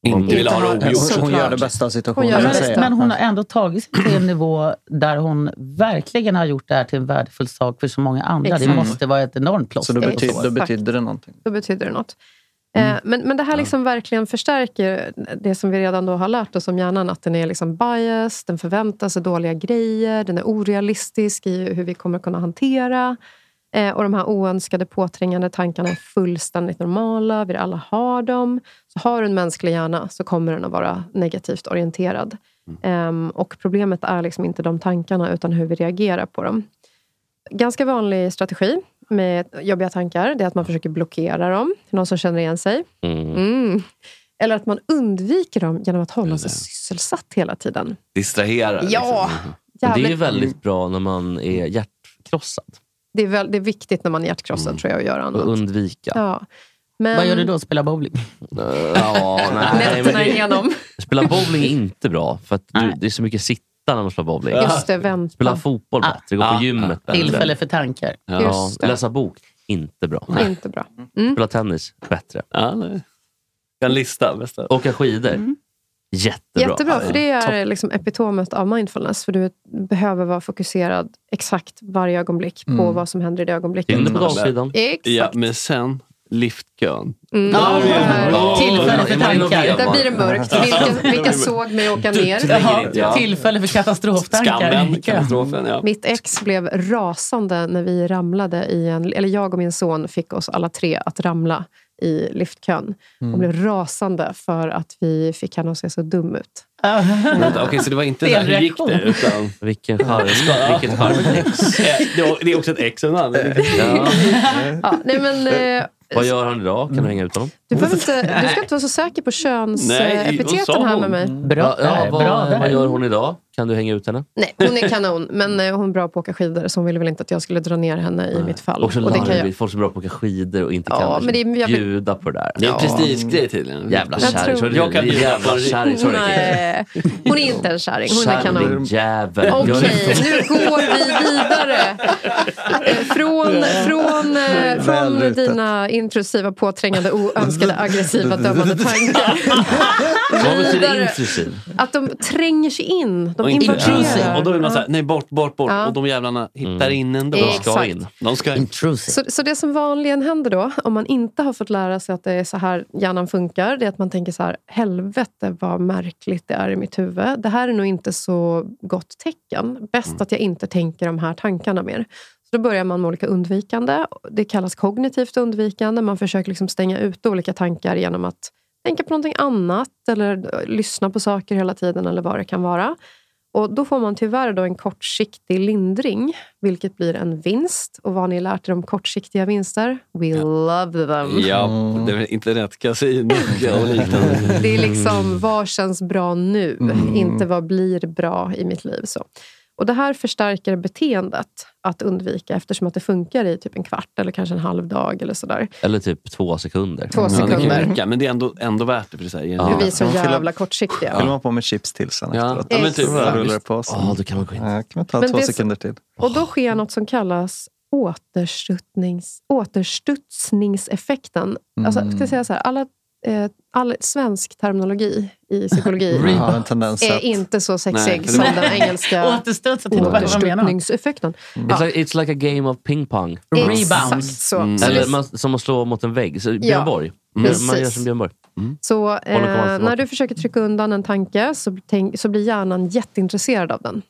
Speaker 7: Inte vill ha det
Speaker 4: Inte ha-
Speaker 7: ogjort.
Speaker 4: Hon gör det
Speaker 9: bästa av
Speaker 4: Hon gör det
Speaker 10: men,
Speaker 4: bästa.
Speaker 10: men hon har ändå tagit sig till en nivå där hon verkligen har gjort det här till en värdefull sak för så många andra. Det
Speaker 4: Exakt.
Speaker 10: måste vara ett enormt plåster.
Speaker 4: då bety- då Exakt. betyder
Speaker 9: det någonting.
Speaker 4: då betyder det något. Eh, Men, men det här liksom verkligen förstärker det som vi redan då har lärt oss om hjärnan. Att den är liksom bias, den förväntar sig dåliga grejer, den är orealistisk i hur vi kommer kunna hantera. Eh, Och de här oönskade påträngande tankarna är fullständigt normala. Vi alla har dem. Så har du en mänsklig hjärna så kommer den att vara negativt orienterad. Ehm, Och problemet är liksom inte de tankarna utan hur vi reagerar på dem ganska vanlig strategi med jobbiga tankar det är att man försöker blockera dem. Någon som känner igen sig. Mm. Eller att man undviker dem genom att hålla sig sysselsatt hela tiden.
Speaker 5: Distrahera.
Speaker 4: Ja,
Speaker 7: liksom.
Speaker 5: Men det är ju
Speaker 4: jävligt.
Speaker 5: väldigt bra när man är hjärtkrossad.
Speaker 4: Det är, väl, det är viktigt när man är hjärtkrossad tror jag att göra annat.
Speaker 5: Och undvika.
Speaker 4: Ja. Men,
Speaker 10: Vad gör du då? Spelar bowling?
Speaker 5: Ja, nej, men
Speaker 4: Nätterna
Speaker 5: det-
Speaker 4: igenom.
Speaker 5: Spela bowling är inte bra, för att du, det är så mycket sitta när man spelar bowling.
Speaker 4: Just det, vänta.
Speaker 5: Spela fotboll bättre, gå
Speaker 10: Ah.
Speaker 5: på gymmet bättre.
Speaker 10: Tillfälle för tankar.
Speaker 5: Ja, läsa bok, inte bra.
Speaker 4: Inte bra. Mm.
Speaker 5: Spela tennis, bättre. en lista, bästa. Åka skidor, jättebra.
Speaker 4: Mm. Jättebra, för det är liksom epitomet av mindfulness. För du behöver vara fokuserad exakt varje ögonblick på
Speaker 7: Mm.
Speaker 4: vad som händer i det ögonblicket.
Speaker 7: Inne på dagsidan.
Speaker 4: Exakt.
Speaker 7: Ja, men sen Liftkön.
Speaker 4: Mm.
Speaker 7: Där är en bra-
Speaker 10: Tillfälle för
Speaker 7: Ja, men då
Speaker 10: tankar.
Speaker 7: vet man.
Speaker 4: Där blir det mörkt. Vilka, vilka såg mig åka ner?
Speaker 10: Jaha,
Speaker 7: Ja.
Speaker 10: Tillfälle för katastroftankar.
Speaker 7: Skammen, katastrofen. Ja.
Speaker 4: Mitt ex blev rasande när vi ramlade i en... Eller jag och min son fick oss alla tre att ramla i liftkön.
Speaker 7: Mm.
Speaker 4: Han blev rasande för att vi fick han att se så dum ut.
Speaker 7: Vänta, Okej, så det var inte så
Speaker 4: Fel
Speaker 7: här, hur gick det?
Speaker 4: reaktion.
Speaker 7: Utan...
Speaker 5: Vilken charmig vilket charmigt ex.
Speaker 7: Det är också ett ex en anledning.
Speaker 5: Ja.
Speaker 4: Ja, nej men, eh,
Speaker 5: Vad gör han idag? Kan du hänga ut honom?
Speaker 4: du, behöver inte, du ska inte vara så säker på
Speaker 5: Nej, vad sa
Speaker 4: könsepiteten eh, här
Speaker 5: hon? Mm.
Speaker 4: med mig.
Speaker 5: Ja, ja, vad, vad gör hon idag? Kan du hänga ut henne?
Speaker 4: Nej, hon är kanon, men eh, hon är bra på att åka skidor så hon ville väl inte att jag skulle dra ner henne i mitt fall.
Speaker 5: Också
Speaker 4: Och det kan jag
Speaker 5: larvigt. Folk som är bra på att åka skidor och inte
Speaker 4: Ja,
Speaker 5: kan
Speaker 4: men det är- jag-
Speaker 5: bjuda på det där.
Speaker 7: Det är en prestigegrej tydligen.
Speaker 5: Jävla
Speaker 7: Jag
Speaker 5: kärring.
Speaker 7: tror-
Speaker 5: Tror...
Speaker 7: Jag kan bjuda på
Speaker 5: Jävla
Speaker 7: en-
Speaker 5: kärring. Sorry.
Speaker 4: Nej, hon är inte en kärring. Hon är kanon.
Speaker 5: Kärringjävel.
Speaker 4: Okej,
Speaker 5: Gör inte-
Speaker 4: nu går vi vidare. Eh, Från, från, eh, från
Speaker 5: Välrutet.
Speaker 4: dina intrusiva, påträngande, oönskade, aggressiva, dömande tankar.
Speaker 7: Vad betyder
Speaker 4: Vidare.
Speaker 7: intrusiv?
Speaker 4: Att de tränger sig in. De
Speaker 7: Och inte-
Speaker 4: invaderar.
Speaker 7: Och då vill man säga, nej bort, bort, bort.
Speaker 4: Ja.
Speaker 7: Och de jävlarna hittar in ändå.
Speaker 4: De ska Exakt. in.
Speaker 7: De ska in.
Speaker 4: Så, så det som vanligen händer då, om man inte har fått lära sig att det är så här hjärnan funkar, det är att man tänker så här, helvete vad märkligt det är i mitt huvud. Det här är nog inte så gott tecken. Bäst att jag inte tänker de här tankarna mer. Så då börjar man med olika undvikande. Det kallas kognitivt undvikande. Man försöker liksom stänga ut olika tankar genom att tänka på någonting annat eller eh, lyssna på saker hela tiden eller vad det kan vara. Och Då får man tyvärr då en kortsiktig lindring, vilket blir en vinst. Och vad har ni lärt er om kortsiktiga vinster? We love them.
Speaker 7: Ja, det är internetkasino och liknande.
Speaker 4: Det är liksom, vad känns bra nu? Inte vad blir bra i mitt liv? Så. Och Det här förstärker beteendet att undvika eftersom att det funkar i typ en kvart eller kanske en halv dag. eller sådär.
Speaker 5: Eller typ två sekunder.
Speaker 4: Två
Speaker 7: Ja, det
Speaker 4: sekunder.
Speaker 7: kan verka, men det är ändå, ändå värt det. För det är
Speaker 4: Vi är så jävla kortsiktiga.
Speaker 9: Fyller man på med chips till sen efteråt.
Speaker 4: Ja, men typ.
Speaker 9: Så rullar det på.
Speaker 5: Ja, Eh, då kan man gå in.
Speaker 9: Ja, kan man ta
Speaker 4: Men
Speaker 9: två
Speaker 4: det är så-
Speaker 9: sekunder till.
Speaker 4: Och då sker något som kallas återstuttnings, återstutsningseffekten.
Speaker 9: Mm.
Speaker 4: Alltså, ska jag säga så här, alla, eh, all svensk terminologi i psykologi
Speaker 9: Rebound har Mm. en tendens
Speaker 4: är
Speaker 9: att-
Speaker 4: inte så
Speaker 5: Nej,
Speaker 4: sexig
Speaker 5: kan det
Speaker 4: som
Speaker 5: vara-
Speaker 4: den engelska
Speaker 10: Återstuds, jag tittar på vad jag menar.
Speaker 4: återstuttningseffekten.
Speaker 5: It's, like, it's like a game of ping pong. Mm.
Speaker 4: Exakt så. Så
Speaker 5: Eller
Speaker 4: det-
Speaker 5: man, som att slå mot en vägg. Så Björn
Speaker 4: Ja,
Speaker 5: Borg.
Speaker 4: precis.
Speaker 5: Man gör som Björn Borg.
Speaker 4: Så eh,
Speaker 5: Håller kvar, förlåt.
Speaker 4: när du försöker trycka undan en tanke så, tänk, så blir hjärnan jätteintresserad av den.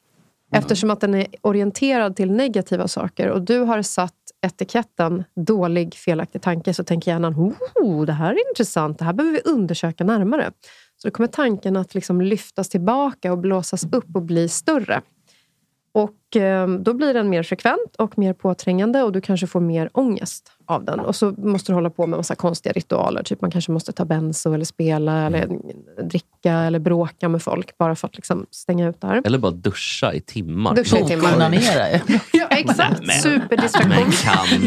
Speaker 4: Eftersom att den är orienterad till negativa saker och du har satt etiketten dålig, felaktig tanke så tänker hjärnan oh, det här är intressant, det här behöver vi undersöka närmare. Så då kommer tanken att liksom lyftas tillbaka och blåsas upp och bli större. Och eh, Då blir den mer frekvent och mer påträngande och du kanske får mer ångest av den. Och så måste du hålla på med massa konstiga ritualer. Typ man kanske måste ta benzo eller spela eller dricka eller bråka med folk bara för att liksom stänga ut det här.
Speaker 5: Eller bara duscha i timmar.
Speaker 4: Duscha i timmar.
Speaker 10: Onanera.
Speaker 4: Ja, exakt. Superdistraktion.
Speaker 5: Men kan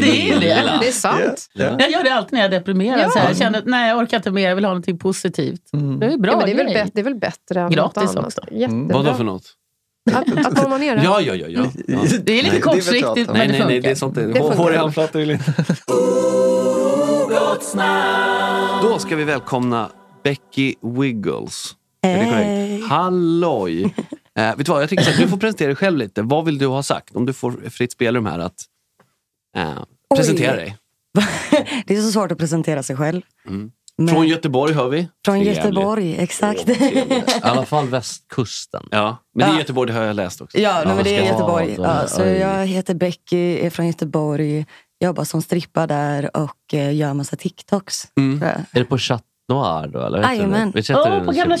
Speaker 10: Det är det.
Speaker 4: Det är sant.
Speaker 10: Jag gör det alltid när jag är deprimerad.
Speaker 4: Ja.
Speaker 10: Så här, jag känner att nej, jag orkar inte mer, jag vill ha någonting positivt.
Speaker 7: Mm.
Speaker 10: Det är ju bra
Speaker 4: ja, men det, är väl
Speaker 10: grej.
Speaker 4: bättre, det är väl bättre än
Speaker 10: Gratis
Speaker 4: något annat.
Speaker 10: också.
Speaker 4: Jättebra.
Speaker 7: Vadå för något?
Speaker 4: Att, att onanera.
Speaker 7: Ja, ja, ja. ja. ja.
Speaker 10: Det är lite
Speaker 7: Nej,
Speaker 10: kortsiktigt, men
Speaker 7: betalt. nej,
Speaker 10: det
Speaker 7: nej, nej, det
Speaker 10: funkar.
Speaker 7: är sånt.
Speaker 10: Det
Speaker 7: Hår
Speaker 10: funkar.
Speaker 7: hår i handflator vill inte. Då ska vi välkomna Becky Wiggles. Är det
Speaker 13: Hej.
Speaker 7: korrekt? Halloj! Eh, vet du vad, jag tycker så att du får presentera dig själv lite. Vad vill du ha sagt? Om du får fritt spelrum här att eh, presentera dig.
Speaker 13: Det är så svårt att presentera sig själv.
Speaker 7: Mm.
Speaker 13: Men-
Speaker 7: Från Göteborg hör vi.
Speaker 13: Från
Speaker 7: Trevligt.
Speaker 13: Göteborg, exakt.
Speaker 7: I alla fall västkusten. Ja, men det är
Speaker 13: Ja.
Speaker 7: Göteborg, det har jag läst också.
Speaker 13: ja, nej, men det är Göteborg.
Speaker 7: då-
Speaker 13: Ja, så
Speaker 7: oj.
Speaker 13: jag heter Becky, är från Göteborg, jobbar som strippa där och eh, gör massa TikToks.
Speaker 5: Mm.
Speaker 13: Är
Speaker 5: det på Chat Noir då? Eller? vad heter
Speaker 13: Jajamän.
Speaker 5: det? Vet jag inte hur
Speaker 13: Åh,
Speaker 5: den
Speaker 13: på
Speaker 5: ser
Speaker 13: gamla
Speaker 5: ut.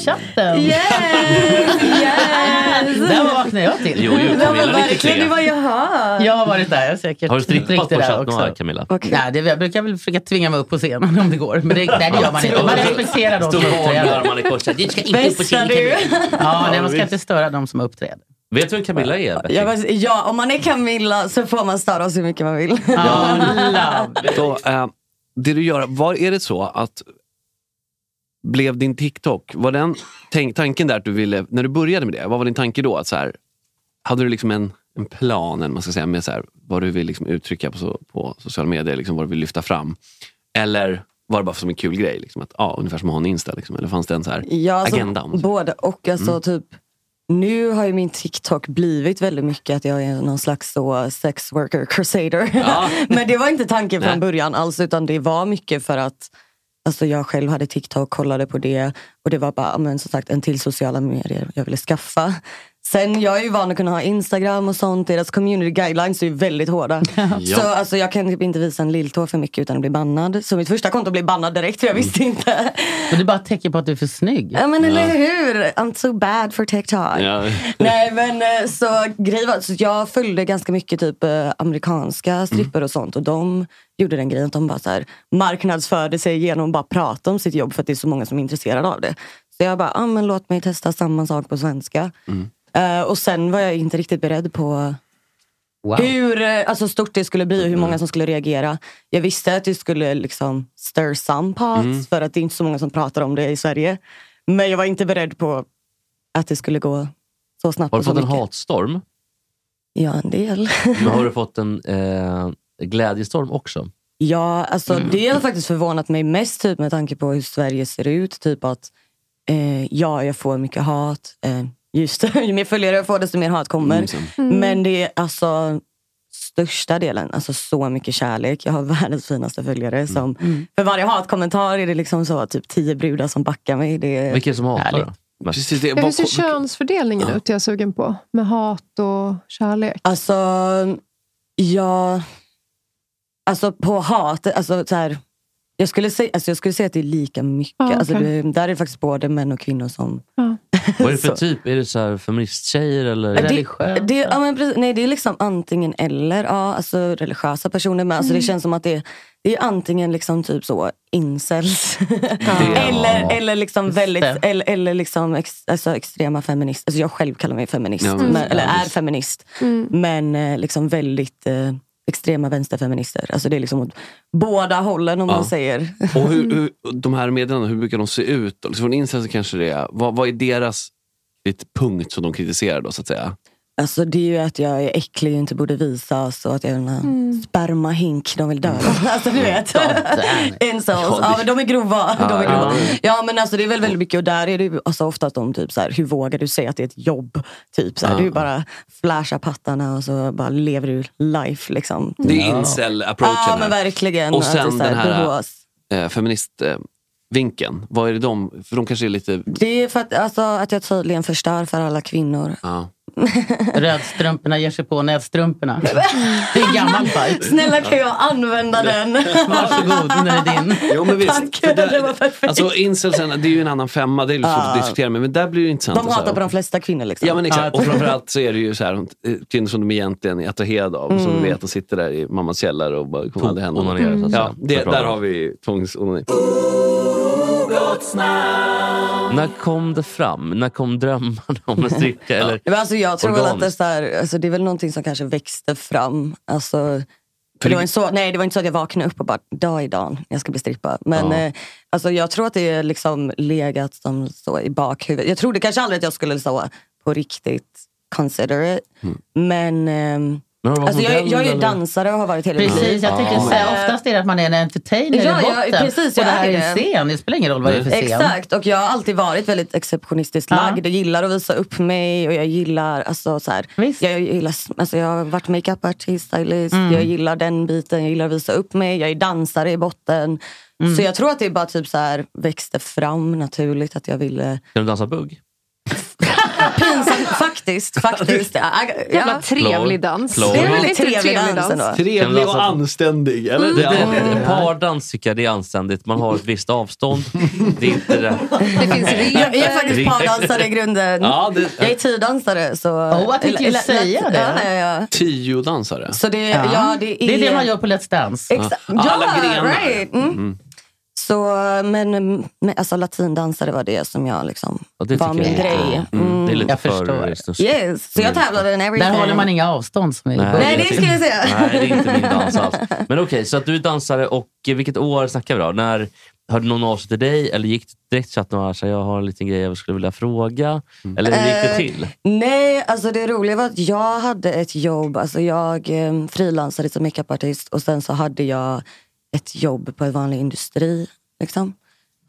Speaker 10: Chatten!
Speaker 13: Yes! Yes!
Speaker 10: Där vaknade jag till.
Speaker 5: Jo, jo,
Speaker 13: Ja, men
Speaker 5: Camilla riktigt
Speaker 13: verkligen, det var jag hör.
Speaker 10: Jag har varit där, jag har säkert
Speaker 5: Har du strippat
Speaker 10: tryckt det
Speaker 5: på
Speaker 10: där
Speaker 5: Chat
Speaker 10: också.
Speaker 5: Noir, Camilla?
Speaker 10: Nej, det, jag brukar väl försöka tvinga mig upp på scenen om det går. Men det, nej, det gör man inte. Man respekterar de som
Speaker 5: Står och har
Speaker 10: uppträder.
Speaker 5: armarna i kors. så här, Du ska inte upp på
Speaker 13: Bästa
Speaker 5: scenen,
Speaker 13: du.
Speaker 5: Camilla.
Speaker 10: Ja, nej, man ska inte störa de som uppträder.
Speaker 5: Vet du vem Camilla är? Betty?
Speaker 13: Jag var, ja, om man är Camilla så får man störa oss hur mycket man vill.
Speaker 7: Så, eh, det du gör, var är det så att blev din TikTok, var den tänk, tanken där att du ville, när du började med det, vad var din tanke då? Att så här, hade du liksom en, en plan, eller vad man ska säga, med så här, vad du vill liksom uttrycka på, så, på sociala medier, liksom, vad du vill lyfta fram? Eller var det bara som en kul grej? Liksom, att, ja, ungefär som att ha en Insta, liksom, eller fanns det en så här
Speaker 13: Ja, alltså,
Speaker 7: agenda? Om
Speaker 13: Både och. Alltså,
Speaker 7: Mm.
Speaker 13: typ, Nu har ju min TikTok blivit väldigt mycket att jag är någon slags så sex worker crusader. Men det var inte tanken från
Speaker 11: Nej.
Speaker 13: början alls utan det var mycket för att alltså jag själv hade TikTok, kollade på det och det var bara ja, men, som sagt en till sociala medier jag ville skaffa. Sen jag är ju van att kunna ha Instagram och sånt, deras community guidelines är ju väldigt hårda.
Speaker 11: Ja.
Speaker 13: Så alltså, jag kan typ inte visa en lilltå för mycket utan att bli bannad. Så mitt första konto blev bannad direkt för jag visste inte.
Speaker 10: Men det är bara ett tecken på att du är för snygg.
Speaker 13: Ja men eller hur! I'm so bad for TikTok. Nej men eh, så grejen var, så jag följde ganska mycket typ eh, amerikanska strippor och sånt och de gjorde den grejen att de bara så här, marknadsförde sig genom att bara prata om sitt jobb för att det är så många som är intresserade av det. Så jag bara, ah, men låt mig testa samma sak på svenska. Eh, och sen var jag inte riktigt beredd på hur eh, alltså, stort det skulle bli och hur
Speaker 5: Mm.
Speaker 13: många som skulle reagera. Jag visste att det skulle liksom stir some pots
Speaker 11: Mm.
Speaker 13: för att det är inte så många som pratar om det i Sverige. Men jag var inte beredd på att det skulle gå så snabbt.
Speaker 5: Har du
Speaker 13: och så
Speaker 5: fått en
Speaker 13: mycket.
Speaker 5: hatstorm?
Speaker 13: Ja, en del.
Speaker 5: Men har du fått en eh, glädjestorm också?
Speaker 13: Ja, alltså
Speaker 5: Mm.
Speaker 13: det har faktiskt förvånat mig mest typ, med tanke på hur Sverige ser ut. Typ att eh, ja, jag får mycket hat. Eh, just det, ju mer följare jag får desto mer hat kommer.
Speaker 11: Mm,
Speaker 5: liksom.
Speaker 11: sant. Mm.
Speaker 13: Men det är alltså största delen, alltså så mycket kärlek. Jag har världens finaste följare.
Speaker 5: Mm.
Speaker 13: Som, För varje hatkommentar är det liksom så typ tio brudar som backar mig. Det är
Speaker 5: Vilka är det som hatar
Speaker 13: härligt.
Speaker 5: då?
Speaker 7: Precis,
Speaker 4: Ja, hur ser könsfördelningen ut? Jag är sugen på. Med hat och kärlek.
Speaker 13: Alltså, jag... Alltså på hat, alltså så här, jag, skulle säga, alltså jag skulle säga att det är lika mycket.
Speaker 4: Ja,
Speaker 13: alltså,
Speaker 4: okej.
Speaker 13: det- där är det faktiskt både män och kvinnor som...
Speaker 5: Vad är det för typ? Är det så här feministtjejer eller religiösa?
Speaker 13: Det, det, ja, men precis, nej, det är liksom antingen eller. Ja, alltså religiösa personer med. Alltså,
Speaker 11: Mm.
Speaker 13: Det känns som att det, det är antingen liksom typ så incels.
Speaker 11: Ja.
Speaker 13: eller, eller liksom
Speaker 11: Just
Speaker 13: väldigt,
Speaker 11: det.
Speaker 13: eller, eller liksom ex, alltså extrema feminister. Alltså, jag själv kallar mig feminist.
Speaker 11: Ja, men-
Speaker 13: men, eller
Speaker 11: ja,
Speaker 13: är
Speaker 11: visst.
Speaker 13: feminist.
Speaker 11: Mm.
Speaker 13: Men eh, liksom väldigt eh, extrema vänsterfeminister. Alltså det är liksom åt båda hållen om
Speaker 7: Ja.
Speaker 13: man säger.
Speaker 7: Och hur, hur, de här meddelandena, hur brukar de se ut? då? Liksom från insidan så kanske det är, vad, vad är deras lite punkt som de kritiserar då så att säga?
Speaker 13: Alltså det är ju att jag är äcklig och inte borde visas och att jag är en mm. spermahink de vill döda. Alltså du vet. Incels. Ja men de är grova.
Speaker 11: Ja,
Speaker 13: De är grova.
Speaker 11: ja.
Speaker 13: Ja men alltså det är väl väldigt mycket och där är det ju alltså, ofta att de typ så här, hur vågar du säga att det är ett jobb? Typ så här,
Speaker 7: Ja.
Speaker 13: du bara flashar pattarna och så bara lever du life liksom.
Speaker 7: Det är incel-approachen.
Speaker 13: Ja
Speaker 7: här.
Speaker 13: men verkligen.
Speaker 7: Och
Speaker 13: Att det är
Speaker 7: sen
Speaker 13: så här,
Speaker 7: den här
Speaker 13: behås.
Speaker 7: eh, feministvinkeln. Vad är det de, för de kanske är lite...
Speaker 13: Det är för att, alltså, att jag tydligen förstör för alla kvinnor.
Speaker 7: Ja.
Speaker 10: Rödstrumporna ger sig på nätstrumporna. Det är gammal fight.
Speaker 13: Snälla kan jag använda den?
Speaker 10: Varsågod, den är din.
Speaker 7: Jo, men visst,
Speaker 13: Tack,
Speaker 7: för där-
Speaker 13: det var perfekt.
Speaker 7: Alltså incelsen, det är ju en annan femma, det är lite svårt att
Speaker 13: Ja.
Speaker 7: diskutera med. Men där blir det ju intressant.
Speaker 13: De
Speaker 7: att så här-
Speaker 13: hatar på de flesta kvinnor liksom.
Speaker 7: Ja men exakt.
Speaker 13: Ja,
Speaker 7: Och framförallt så är det ju så här, eh, kvinnor som de egentligen är attraherade av. Som de
Speaker 13: Mm.
Speaker 7: vet att sitter där i mammas källare och bara, det kommer aldrig hända Mm.
Speaker 5: onanerar, så att
Speaker 7: Ja,
Speaker 5: säga.
Speaker 7: det,
Speaker 5: Såklart.
Speaker 7: där har vi tvångsonani. Mm.
Speaker 5: När kom det fram? När kom drömmarna om en stripka? Eller
Speaker 13: Men alltså, jag tror väl att det, är
Speaker 5: organiskt?
Speaker 13: så här, alltså, det är väl någonting som kanske växte fram. Alltså, för det, var inte så, nej, det var inte så att jag vaknade upp och bara, dag i dagen, jag ska bli strippa. Men
Speaker 11: Ja.
Speaker 13: eh, alltså, jag tror att det är liksom legat som så i bakhuvudet. Jag trodde kanske aldrig att jag skulle så, på riktigt consider it. Men, ehm,
Speaker 11: har du varit
Speaker 13: alltså, jag,
Speaker 11: modell
Speaker 13: jag är ju
Speaker 11: eller?
Speaker 13: dansare och har varit hela Eh,
Speaker 10: Precis, jag tänkte säga oftast är det att man är en entertainer
Speaker 13: Ja,
Speaker 10: i
Speaker 13: ja,
Speaker 10: botten.
Speaker 13: precis,
Speaker 10: och det
Speaker 13: jag
Speaker 10: här
Speaker 13: är
Speaker 10: är en
Speaker 13: det.
Speaker 10: scen, det spelar ingen roll vad det är för scen.
Speaker 13: Exakt, och jag har alltid varit väldigt exceptionistiskt lagd. Jag gillar att visa upp mig och jag gillar, alltså, så här, jag, gillar alltså, jag har varit makeupartist, stylist,
Speaker 11: Mm.
Speaker 13: jag gillar den biten, jag gillar att visa upp mig, jag är dansare i botten.
Speaker 5: Mm.
Speaker 13: Så jag tror att det bara typ så här, växte fram naturligt att jag ville...
Speaker 5: Kan du dansa bugg?
Speaker 13: Pinsamt, faktiskt. faktiskt ja,
Speaker 4: Jävla trevlig dans. Flow.
Speaker 13: Det är väl en
Speaker 4: Inte
Speaker 13: trevlig
Speaker 4: trevlig
Speaker 13: dans
Speaker 4: dans.
Speaker 13: ändå.
Speaker 5: Kan du
Speaker 7: Trevlig
Speaker 5: dansa-
Speaker 7: och anständig. Eller?
Speaker 5: Mm. Det, det,
Speaker 7: Ja.
Speaker 5: det, pardans tycker jag det är anständigt. Man har ett visst avstånd. Det är inte det.
Speaker 13: Det finns regler. Jag är faktiskt pardansare i grunden.
Speaker 5: Ja, det-
Speaker 13: Jag är tiodansare. Så...
Speaker 10: Åh, jag tänkte ju
Speaker 13: eller- eller-
Speaker 10: säga det.
Speaker 13: Ja, nej, ja.
Speaker 7: Tio dansare.
Speaker 13: Så det, ja. det, är...
Speaker 10: Det är det man gör på Let's Dance.
Speaker 13: Exa- ja, right! Mm. Så, men, men alltså, latindansare var det som jag liksom,
Speaker 5: Ja, det
Speaker 13: var
Speaker 5: tycker
Speaker 13: min
Speaker 5: jag är-
Speaker 13: grej.
Speaker 5: Mm. Det är lite
Speaker 10: Jag
Speaker 5: för
Speaker 10: förstår.
Speaker 5: snuskigt.
Speaker 13: Yes, så jag tävlade in everything.
Speaker 10: Där håller man inga avstånd som är i
Speaker 5: Nej.
Speaker 10: början.
Speaker 13: Nej, det ska jag säga.
Speaker 5: Nej, det är inte min dans alls. Men okej, så att du är dansare och eh, vilket år snackar vi då? När, hörde någon av sig till dig eller gick du direkt till att någon sa jag har en liten grej jag skulle vilja fråga?
Speaker 10: Mm.
Speaker 5: Eller hur gick det
Speaker 13: Eh,
Speaker 5: till?
Speaker 13: Nej, alltså det roliga var att jag hade ett jobb. Alltså jag eh, frilansade som makeupartist och sen så hade jag ett jobb på en vanlig industri. Liksom.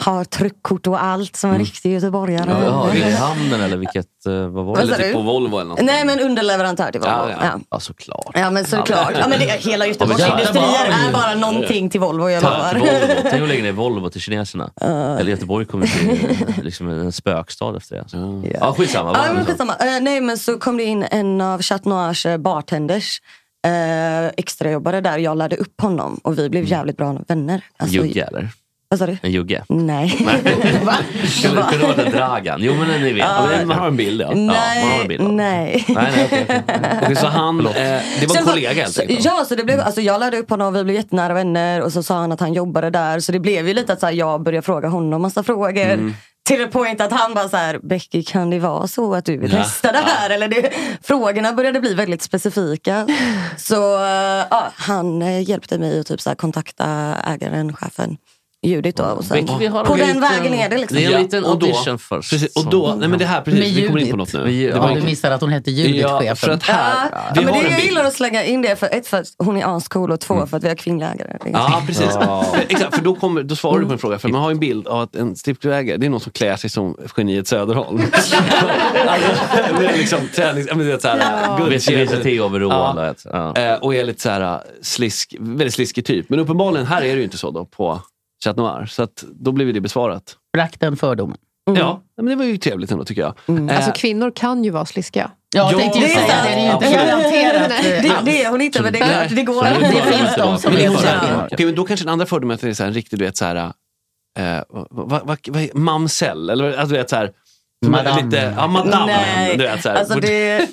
Speaker 13: har tryckkort och allt som en riktig göteborgare.
Speaker 5: Ja, Mm. ja, det är i hamnen eller vilket, eh, vad var det?
Speaker 13: Vad sa
Speaker 10: typ
Speaker 13: du? Nej, men underleverantör till Volvo.
Speaker 5: Ja,
Speaker 13: Ja,
Speaker 5: ja.
Speaker 13: ja.
Speaker 5: Ja, såklart.
Speaker 13: men såklart. Ja, men det, hela Göteborgs
Speaker 5: Ja, men jävlar.
Speaker 13: industrier är bara någonting till Volvo, jag
Speaker 5: Tack
Speaker 13: lovar.
Speaker 5: Volvo. Tänk att lägga ner Volvo till kineserna. Eller Göteborg kommer bli eh, liksom en spökstad efter det. Alltså. Ja, skitsamma.
Speaker 13: Ja, men
Speaker 5: Vad-
Speaker 13: skitsamma. Eh, nej, men så kom det in en av Chat Noirs eh, bartenders. Uh, extrajobbare där. Jag lärde upp honom och vi blev
Speaker 5: Mm.
Speaker 13: jävligt bra vänner.
Speaker 5: En
Speaker 13: Alltså,
Speaker 5: jugge eller?
Speaker 13: Vad sa du?
Speaker 5: En jugge?
Speaker 13: Nej.
Speaker 5: Skulle kunde vara en Dragan. Jo men ni vet.
Speaker 13: Ja, men
Speaker 5: man har en bild ja. ja man har
Speaker 13: Nej,
Speaker 5: en bild av.
Speaker 13: nej.
Speaker 5: Nej, nej, okej, okej.
Speaker 7: Okej, så han, eh, det var en
Speaker 13: Sen
Speaker 7: kollega helt
Speaker 13: så,
Speaker 7: enkelt?
Speaker 13: Ja, så det blev, alltså, jag lärde upp honom och vi blev jättenära vänner och så sa han att han jobbade där. Så det blev ju lite att så här, jag började fråga honom massa frågor.
Speaker 7: Mm.
Speaker 13: Till en point att han bara så här, Becky kan det vara så att du vill
Speaker 7: Ja.
Speaker 13: testa det här? Eller det, frågorna började bli väldigt specifika. Så eh, ja, han eh, hjälpte mig att typ så här, kontakta ägaren, chefen. Judith då. Och sen,
Speaker 5: Becky, vi har
Speaker 13: på
Speaker 5: en
Speaker 13: den
Speaker 5: liten-
Speaker 13: vägen är det liksom.
Speaker 5: Det är en liten
Speaker 7: Ja, och då-
Speaker 5: audition först.
Speaker 7: precis, och då- nej, men det här- precis,
Speaker 10: Med
Speaker 7: vi kommer in på
Speaker 10: Judith.
Speaker 7: något nu. Det var
Speaker 10: ja,
Speaker 7: en-
Speaker 10: du missade att hon hette Judith,
Speaker 7: Ja,
Speaker 10: chefen.
Speaker 7: för att här-
Speaker 13: Ja,
Speaker 7: Vi
Speaker 13: men
Speaker 7: har
Speaker 13: det jag
Speaker 7: en bild. Mm.
Speaker 13: gillar att slänga in det. För ett, för att hon är ascool och två, för att vi har kvinnliga ägare. Det är
Speaker 7: Ja, precis.
Speaker 13: Ja.
Speaker 7: Exakt, för då, kommer, då svarar du
Speaker 13: Mm.
Speaker 7: på en fråga. För man har ju en bild av att en striptease-ägare, det är någon som klär sig som geniet Söderholm. Det är liksom tränings... ja, men du vet, såhär,
Speaker 5: Ja.
Speaker 7: guldkedjor.
Speaker 5: Visar TH-overall och ett-
Speaker 7: Eh, Och är lite såhär slisk, väldigt sliskig typ. Men uppenbarligen, här är det ju inte så då på Chat Noir. Så att, då blir det besvarat.
Speaker 10: Brakt den fördomen.
Speaker 13: Mm.
Speaker 7: Ja, men det var ju trevligt ändå tycker jag. Eh,
Speaker 4: Alltså kvinnor kan ju vara sliska.
Speaker 7: Ja, jag tänkte ju säga det. Det är ju inte garanterat.
Speaker 4: garanterat.
Speaker 13: Det är hon inte, men det,
Speaker 7: Nej.
Speaker 13: det går.
Speaker 7: Så bara- Men det bara-
Speaker 13: Ja.
Speaker 7: Okej, men då kanske den andra fördomen är att det är så här en riktig, du vet, så här, eh, vad, vad, vad, vad, mamsell, eller alltså, du vet så här,
Speaker 10: Madame.
Speaker 7: Lite, ja, madame.
Speaker 13: Nej,
Speaker 7: du vet, så här,
Speaker 13: alltså det...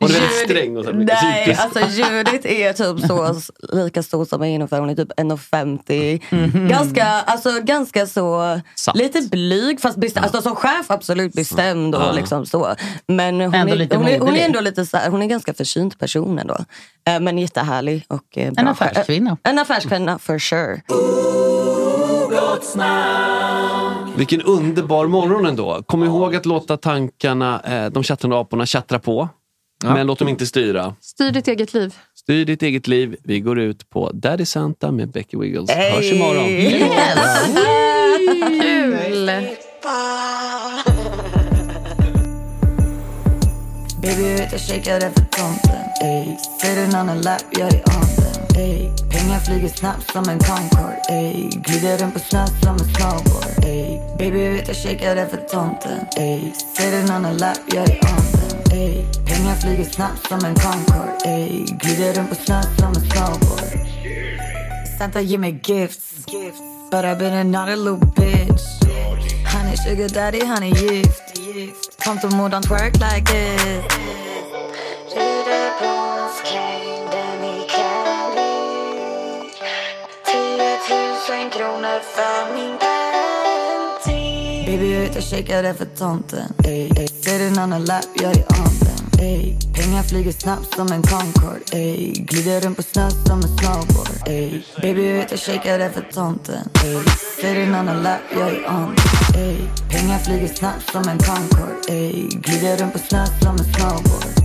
Speaker 7: Hon är väldigt sträng och så här,
Speaker 13: Nej,
Speaker 7: psykisk.
Speaker 13: alltså Judith är typ så s- lika stor som jag är ungefär. Hon är typ 1,50. Ganska, alltså, ganska så...
Speaker 7: Mm-hmm. Satt.
Speaker 13: Lite blyg, fast bestämd. Alltså, som chef absolut bestämd. Och,
Speaker 7: Ja.
Speaker 13: liksom så. Men hon
Speaker 10: Ändå
Speaker 13: är,
Speaker 10: lite
Speaker 13: hon, är, hon
Speaker 10: moderlig.
Speaker 13: är ändå lite så här, hon är en ganska försynt person ändå. Eh, Men jättehärlig och eh, bra.
Speaker 10: En affärskvinna.
Speaker 13: En affärskvinna, for sure.
Speaker 7: Vilken underbar morgon ändå. Kom ihåg att låta tankarna, eh, de chattande aporna, chattra på. Men låt dem inte styra.
Speaker 4: Styr ditt eget liv.
Speaker 7: Styr ditt eget liv. Vi går ut på Daddy Santa med Becky Wiggles. Hörs
Speaker 4: Hey.
Speaker 7: imorgon.
Speaker 4: Yes.
Speaker 14: Kul! Baby, jag vet jag shakar det för tomten. Ey. Ser en annan lapp, jag är on den. Ey. Pengar flyger snabbt som en Concorde. Ey. Glider runt på snö som en snowboard. Ey. Baby, jag vet jag shakar det för tomten. Ey. Ser en annan lapp, jag är on den. Ey. Pengar flyger snabbt som en Concorde. Ey. Glider runt på snö som en snowboard. Santa give me gifts. But I've been another little bitch. Han är sugar daddy, han är gift. Tomtemor don't twerk like it. Baby, jag vet jag shakar det för tomten. Ey, ey. Ser en annan lapp, jag är on den. Ey. Pengar flyger snabbt som en Concorde. Ey. Glider runt på snö som en snowboard. Ey. Baby, jag vet jag shakar det för tomten. Ey. Ser en annan lapp, jag är on den. Ey. Pengar flyger snabbt som en Concorde. Ey. Glider runt på snö som en snowboard.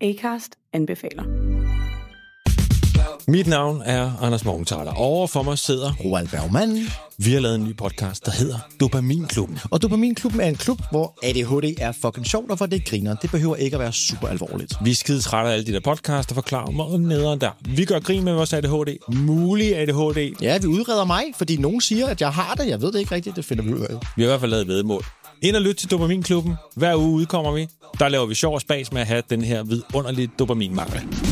Speaker 15: Acast anbefaler. Mit navn er Anders Morgenthaler. Over for mig sidder
Speaker 16: Roald Bergmann.
Speaker 15: Vi har lavet en ny podcast, der hedder Dopaminklubben.
Speaker 16: Og Dopaminklubben er en klub, hvor ADHD er fucking sjovt, og hvor det griner. Det behøver ikke at være super alvorligt.
Speaker 15: Vi er skide trætte af alle de der podcasts, der forklarer mig nederen der. Vi gør grin med vores ADHD. Mulig ADHD.
Speaker 16: Ja, vi udreder mig, fordi nogen siger, at jeg har det. Jeg ved det ikke rigtigt, det finder vi ud af.
Speaker 15: Vi har i hvert fald lavet vedmål. Ind og lyt til Dopaminklubben. Hver uge udkommer vi. Der laver vi sjov og spas med at have den her vidunderlige dopaminmangel.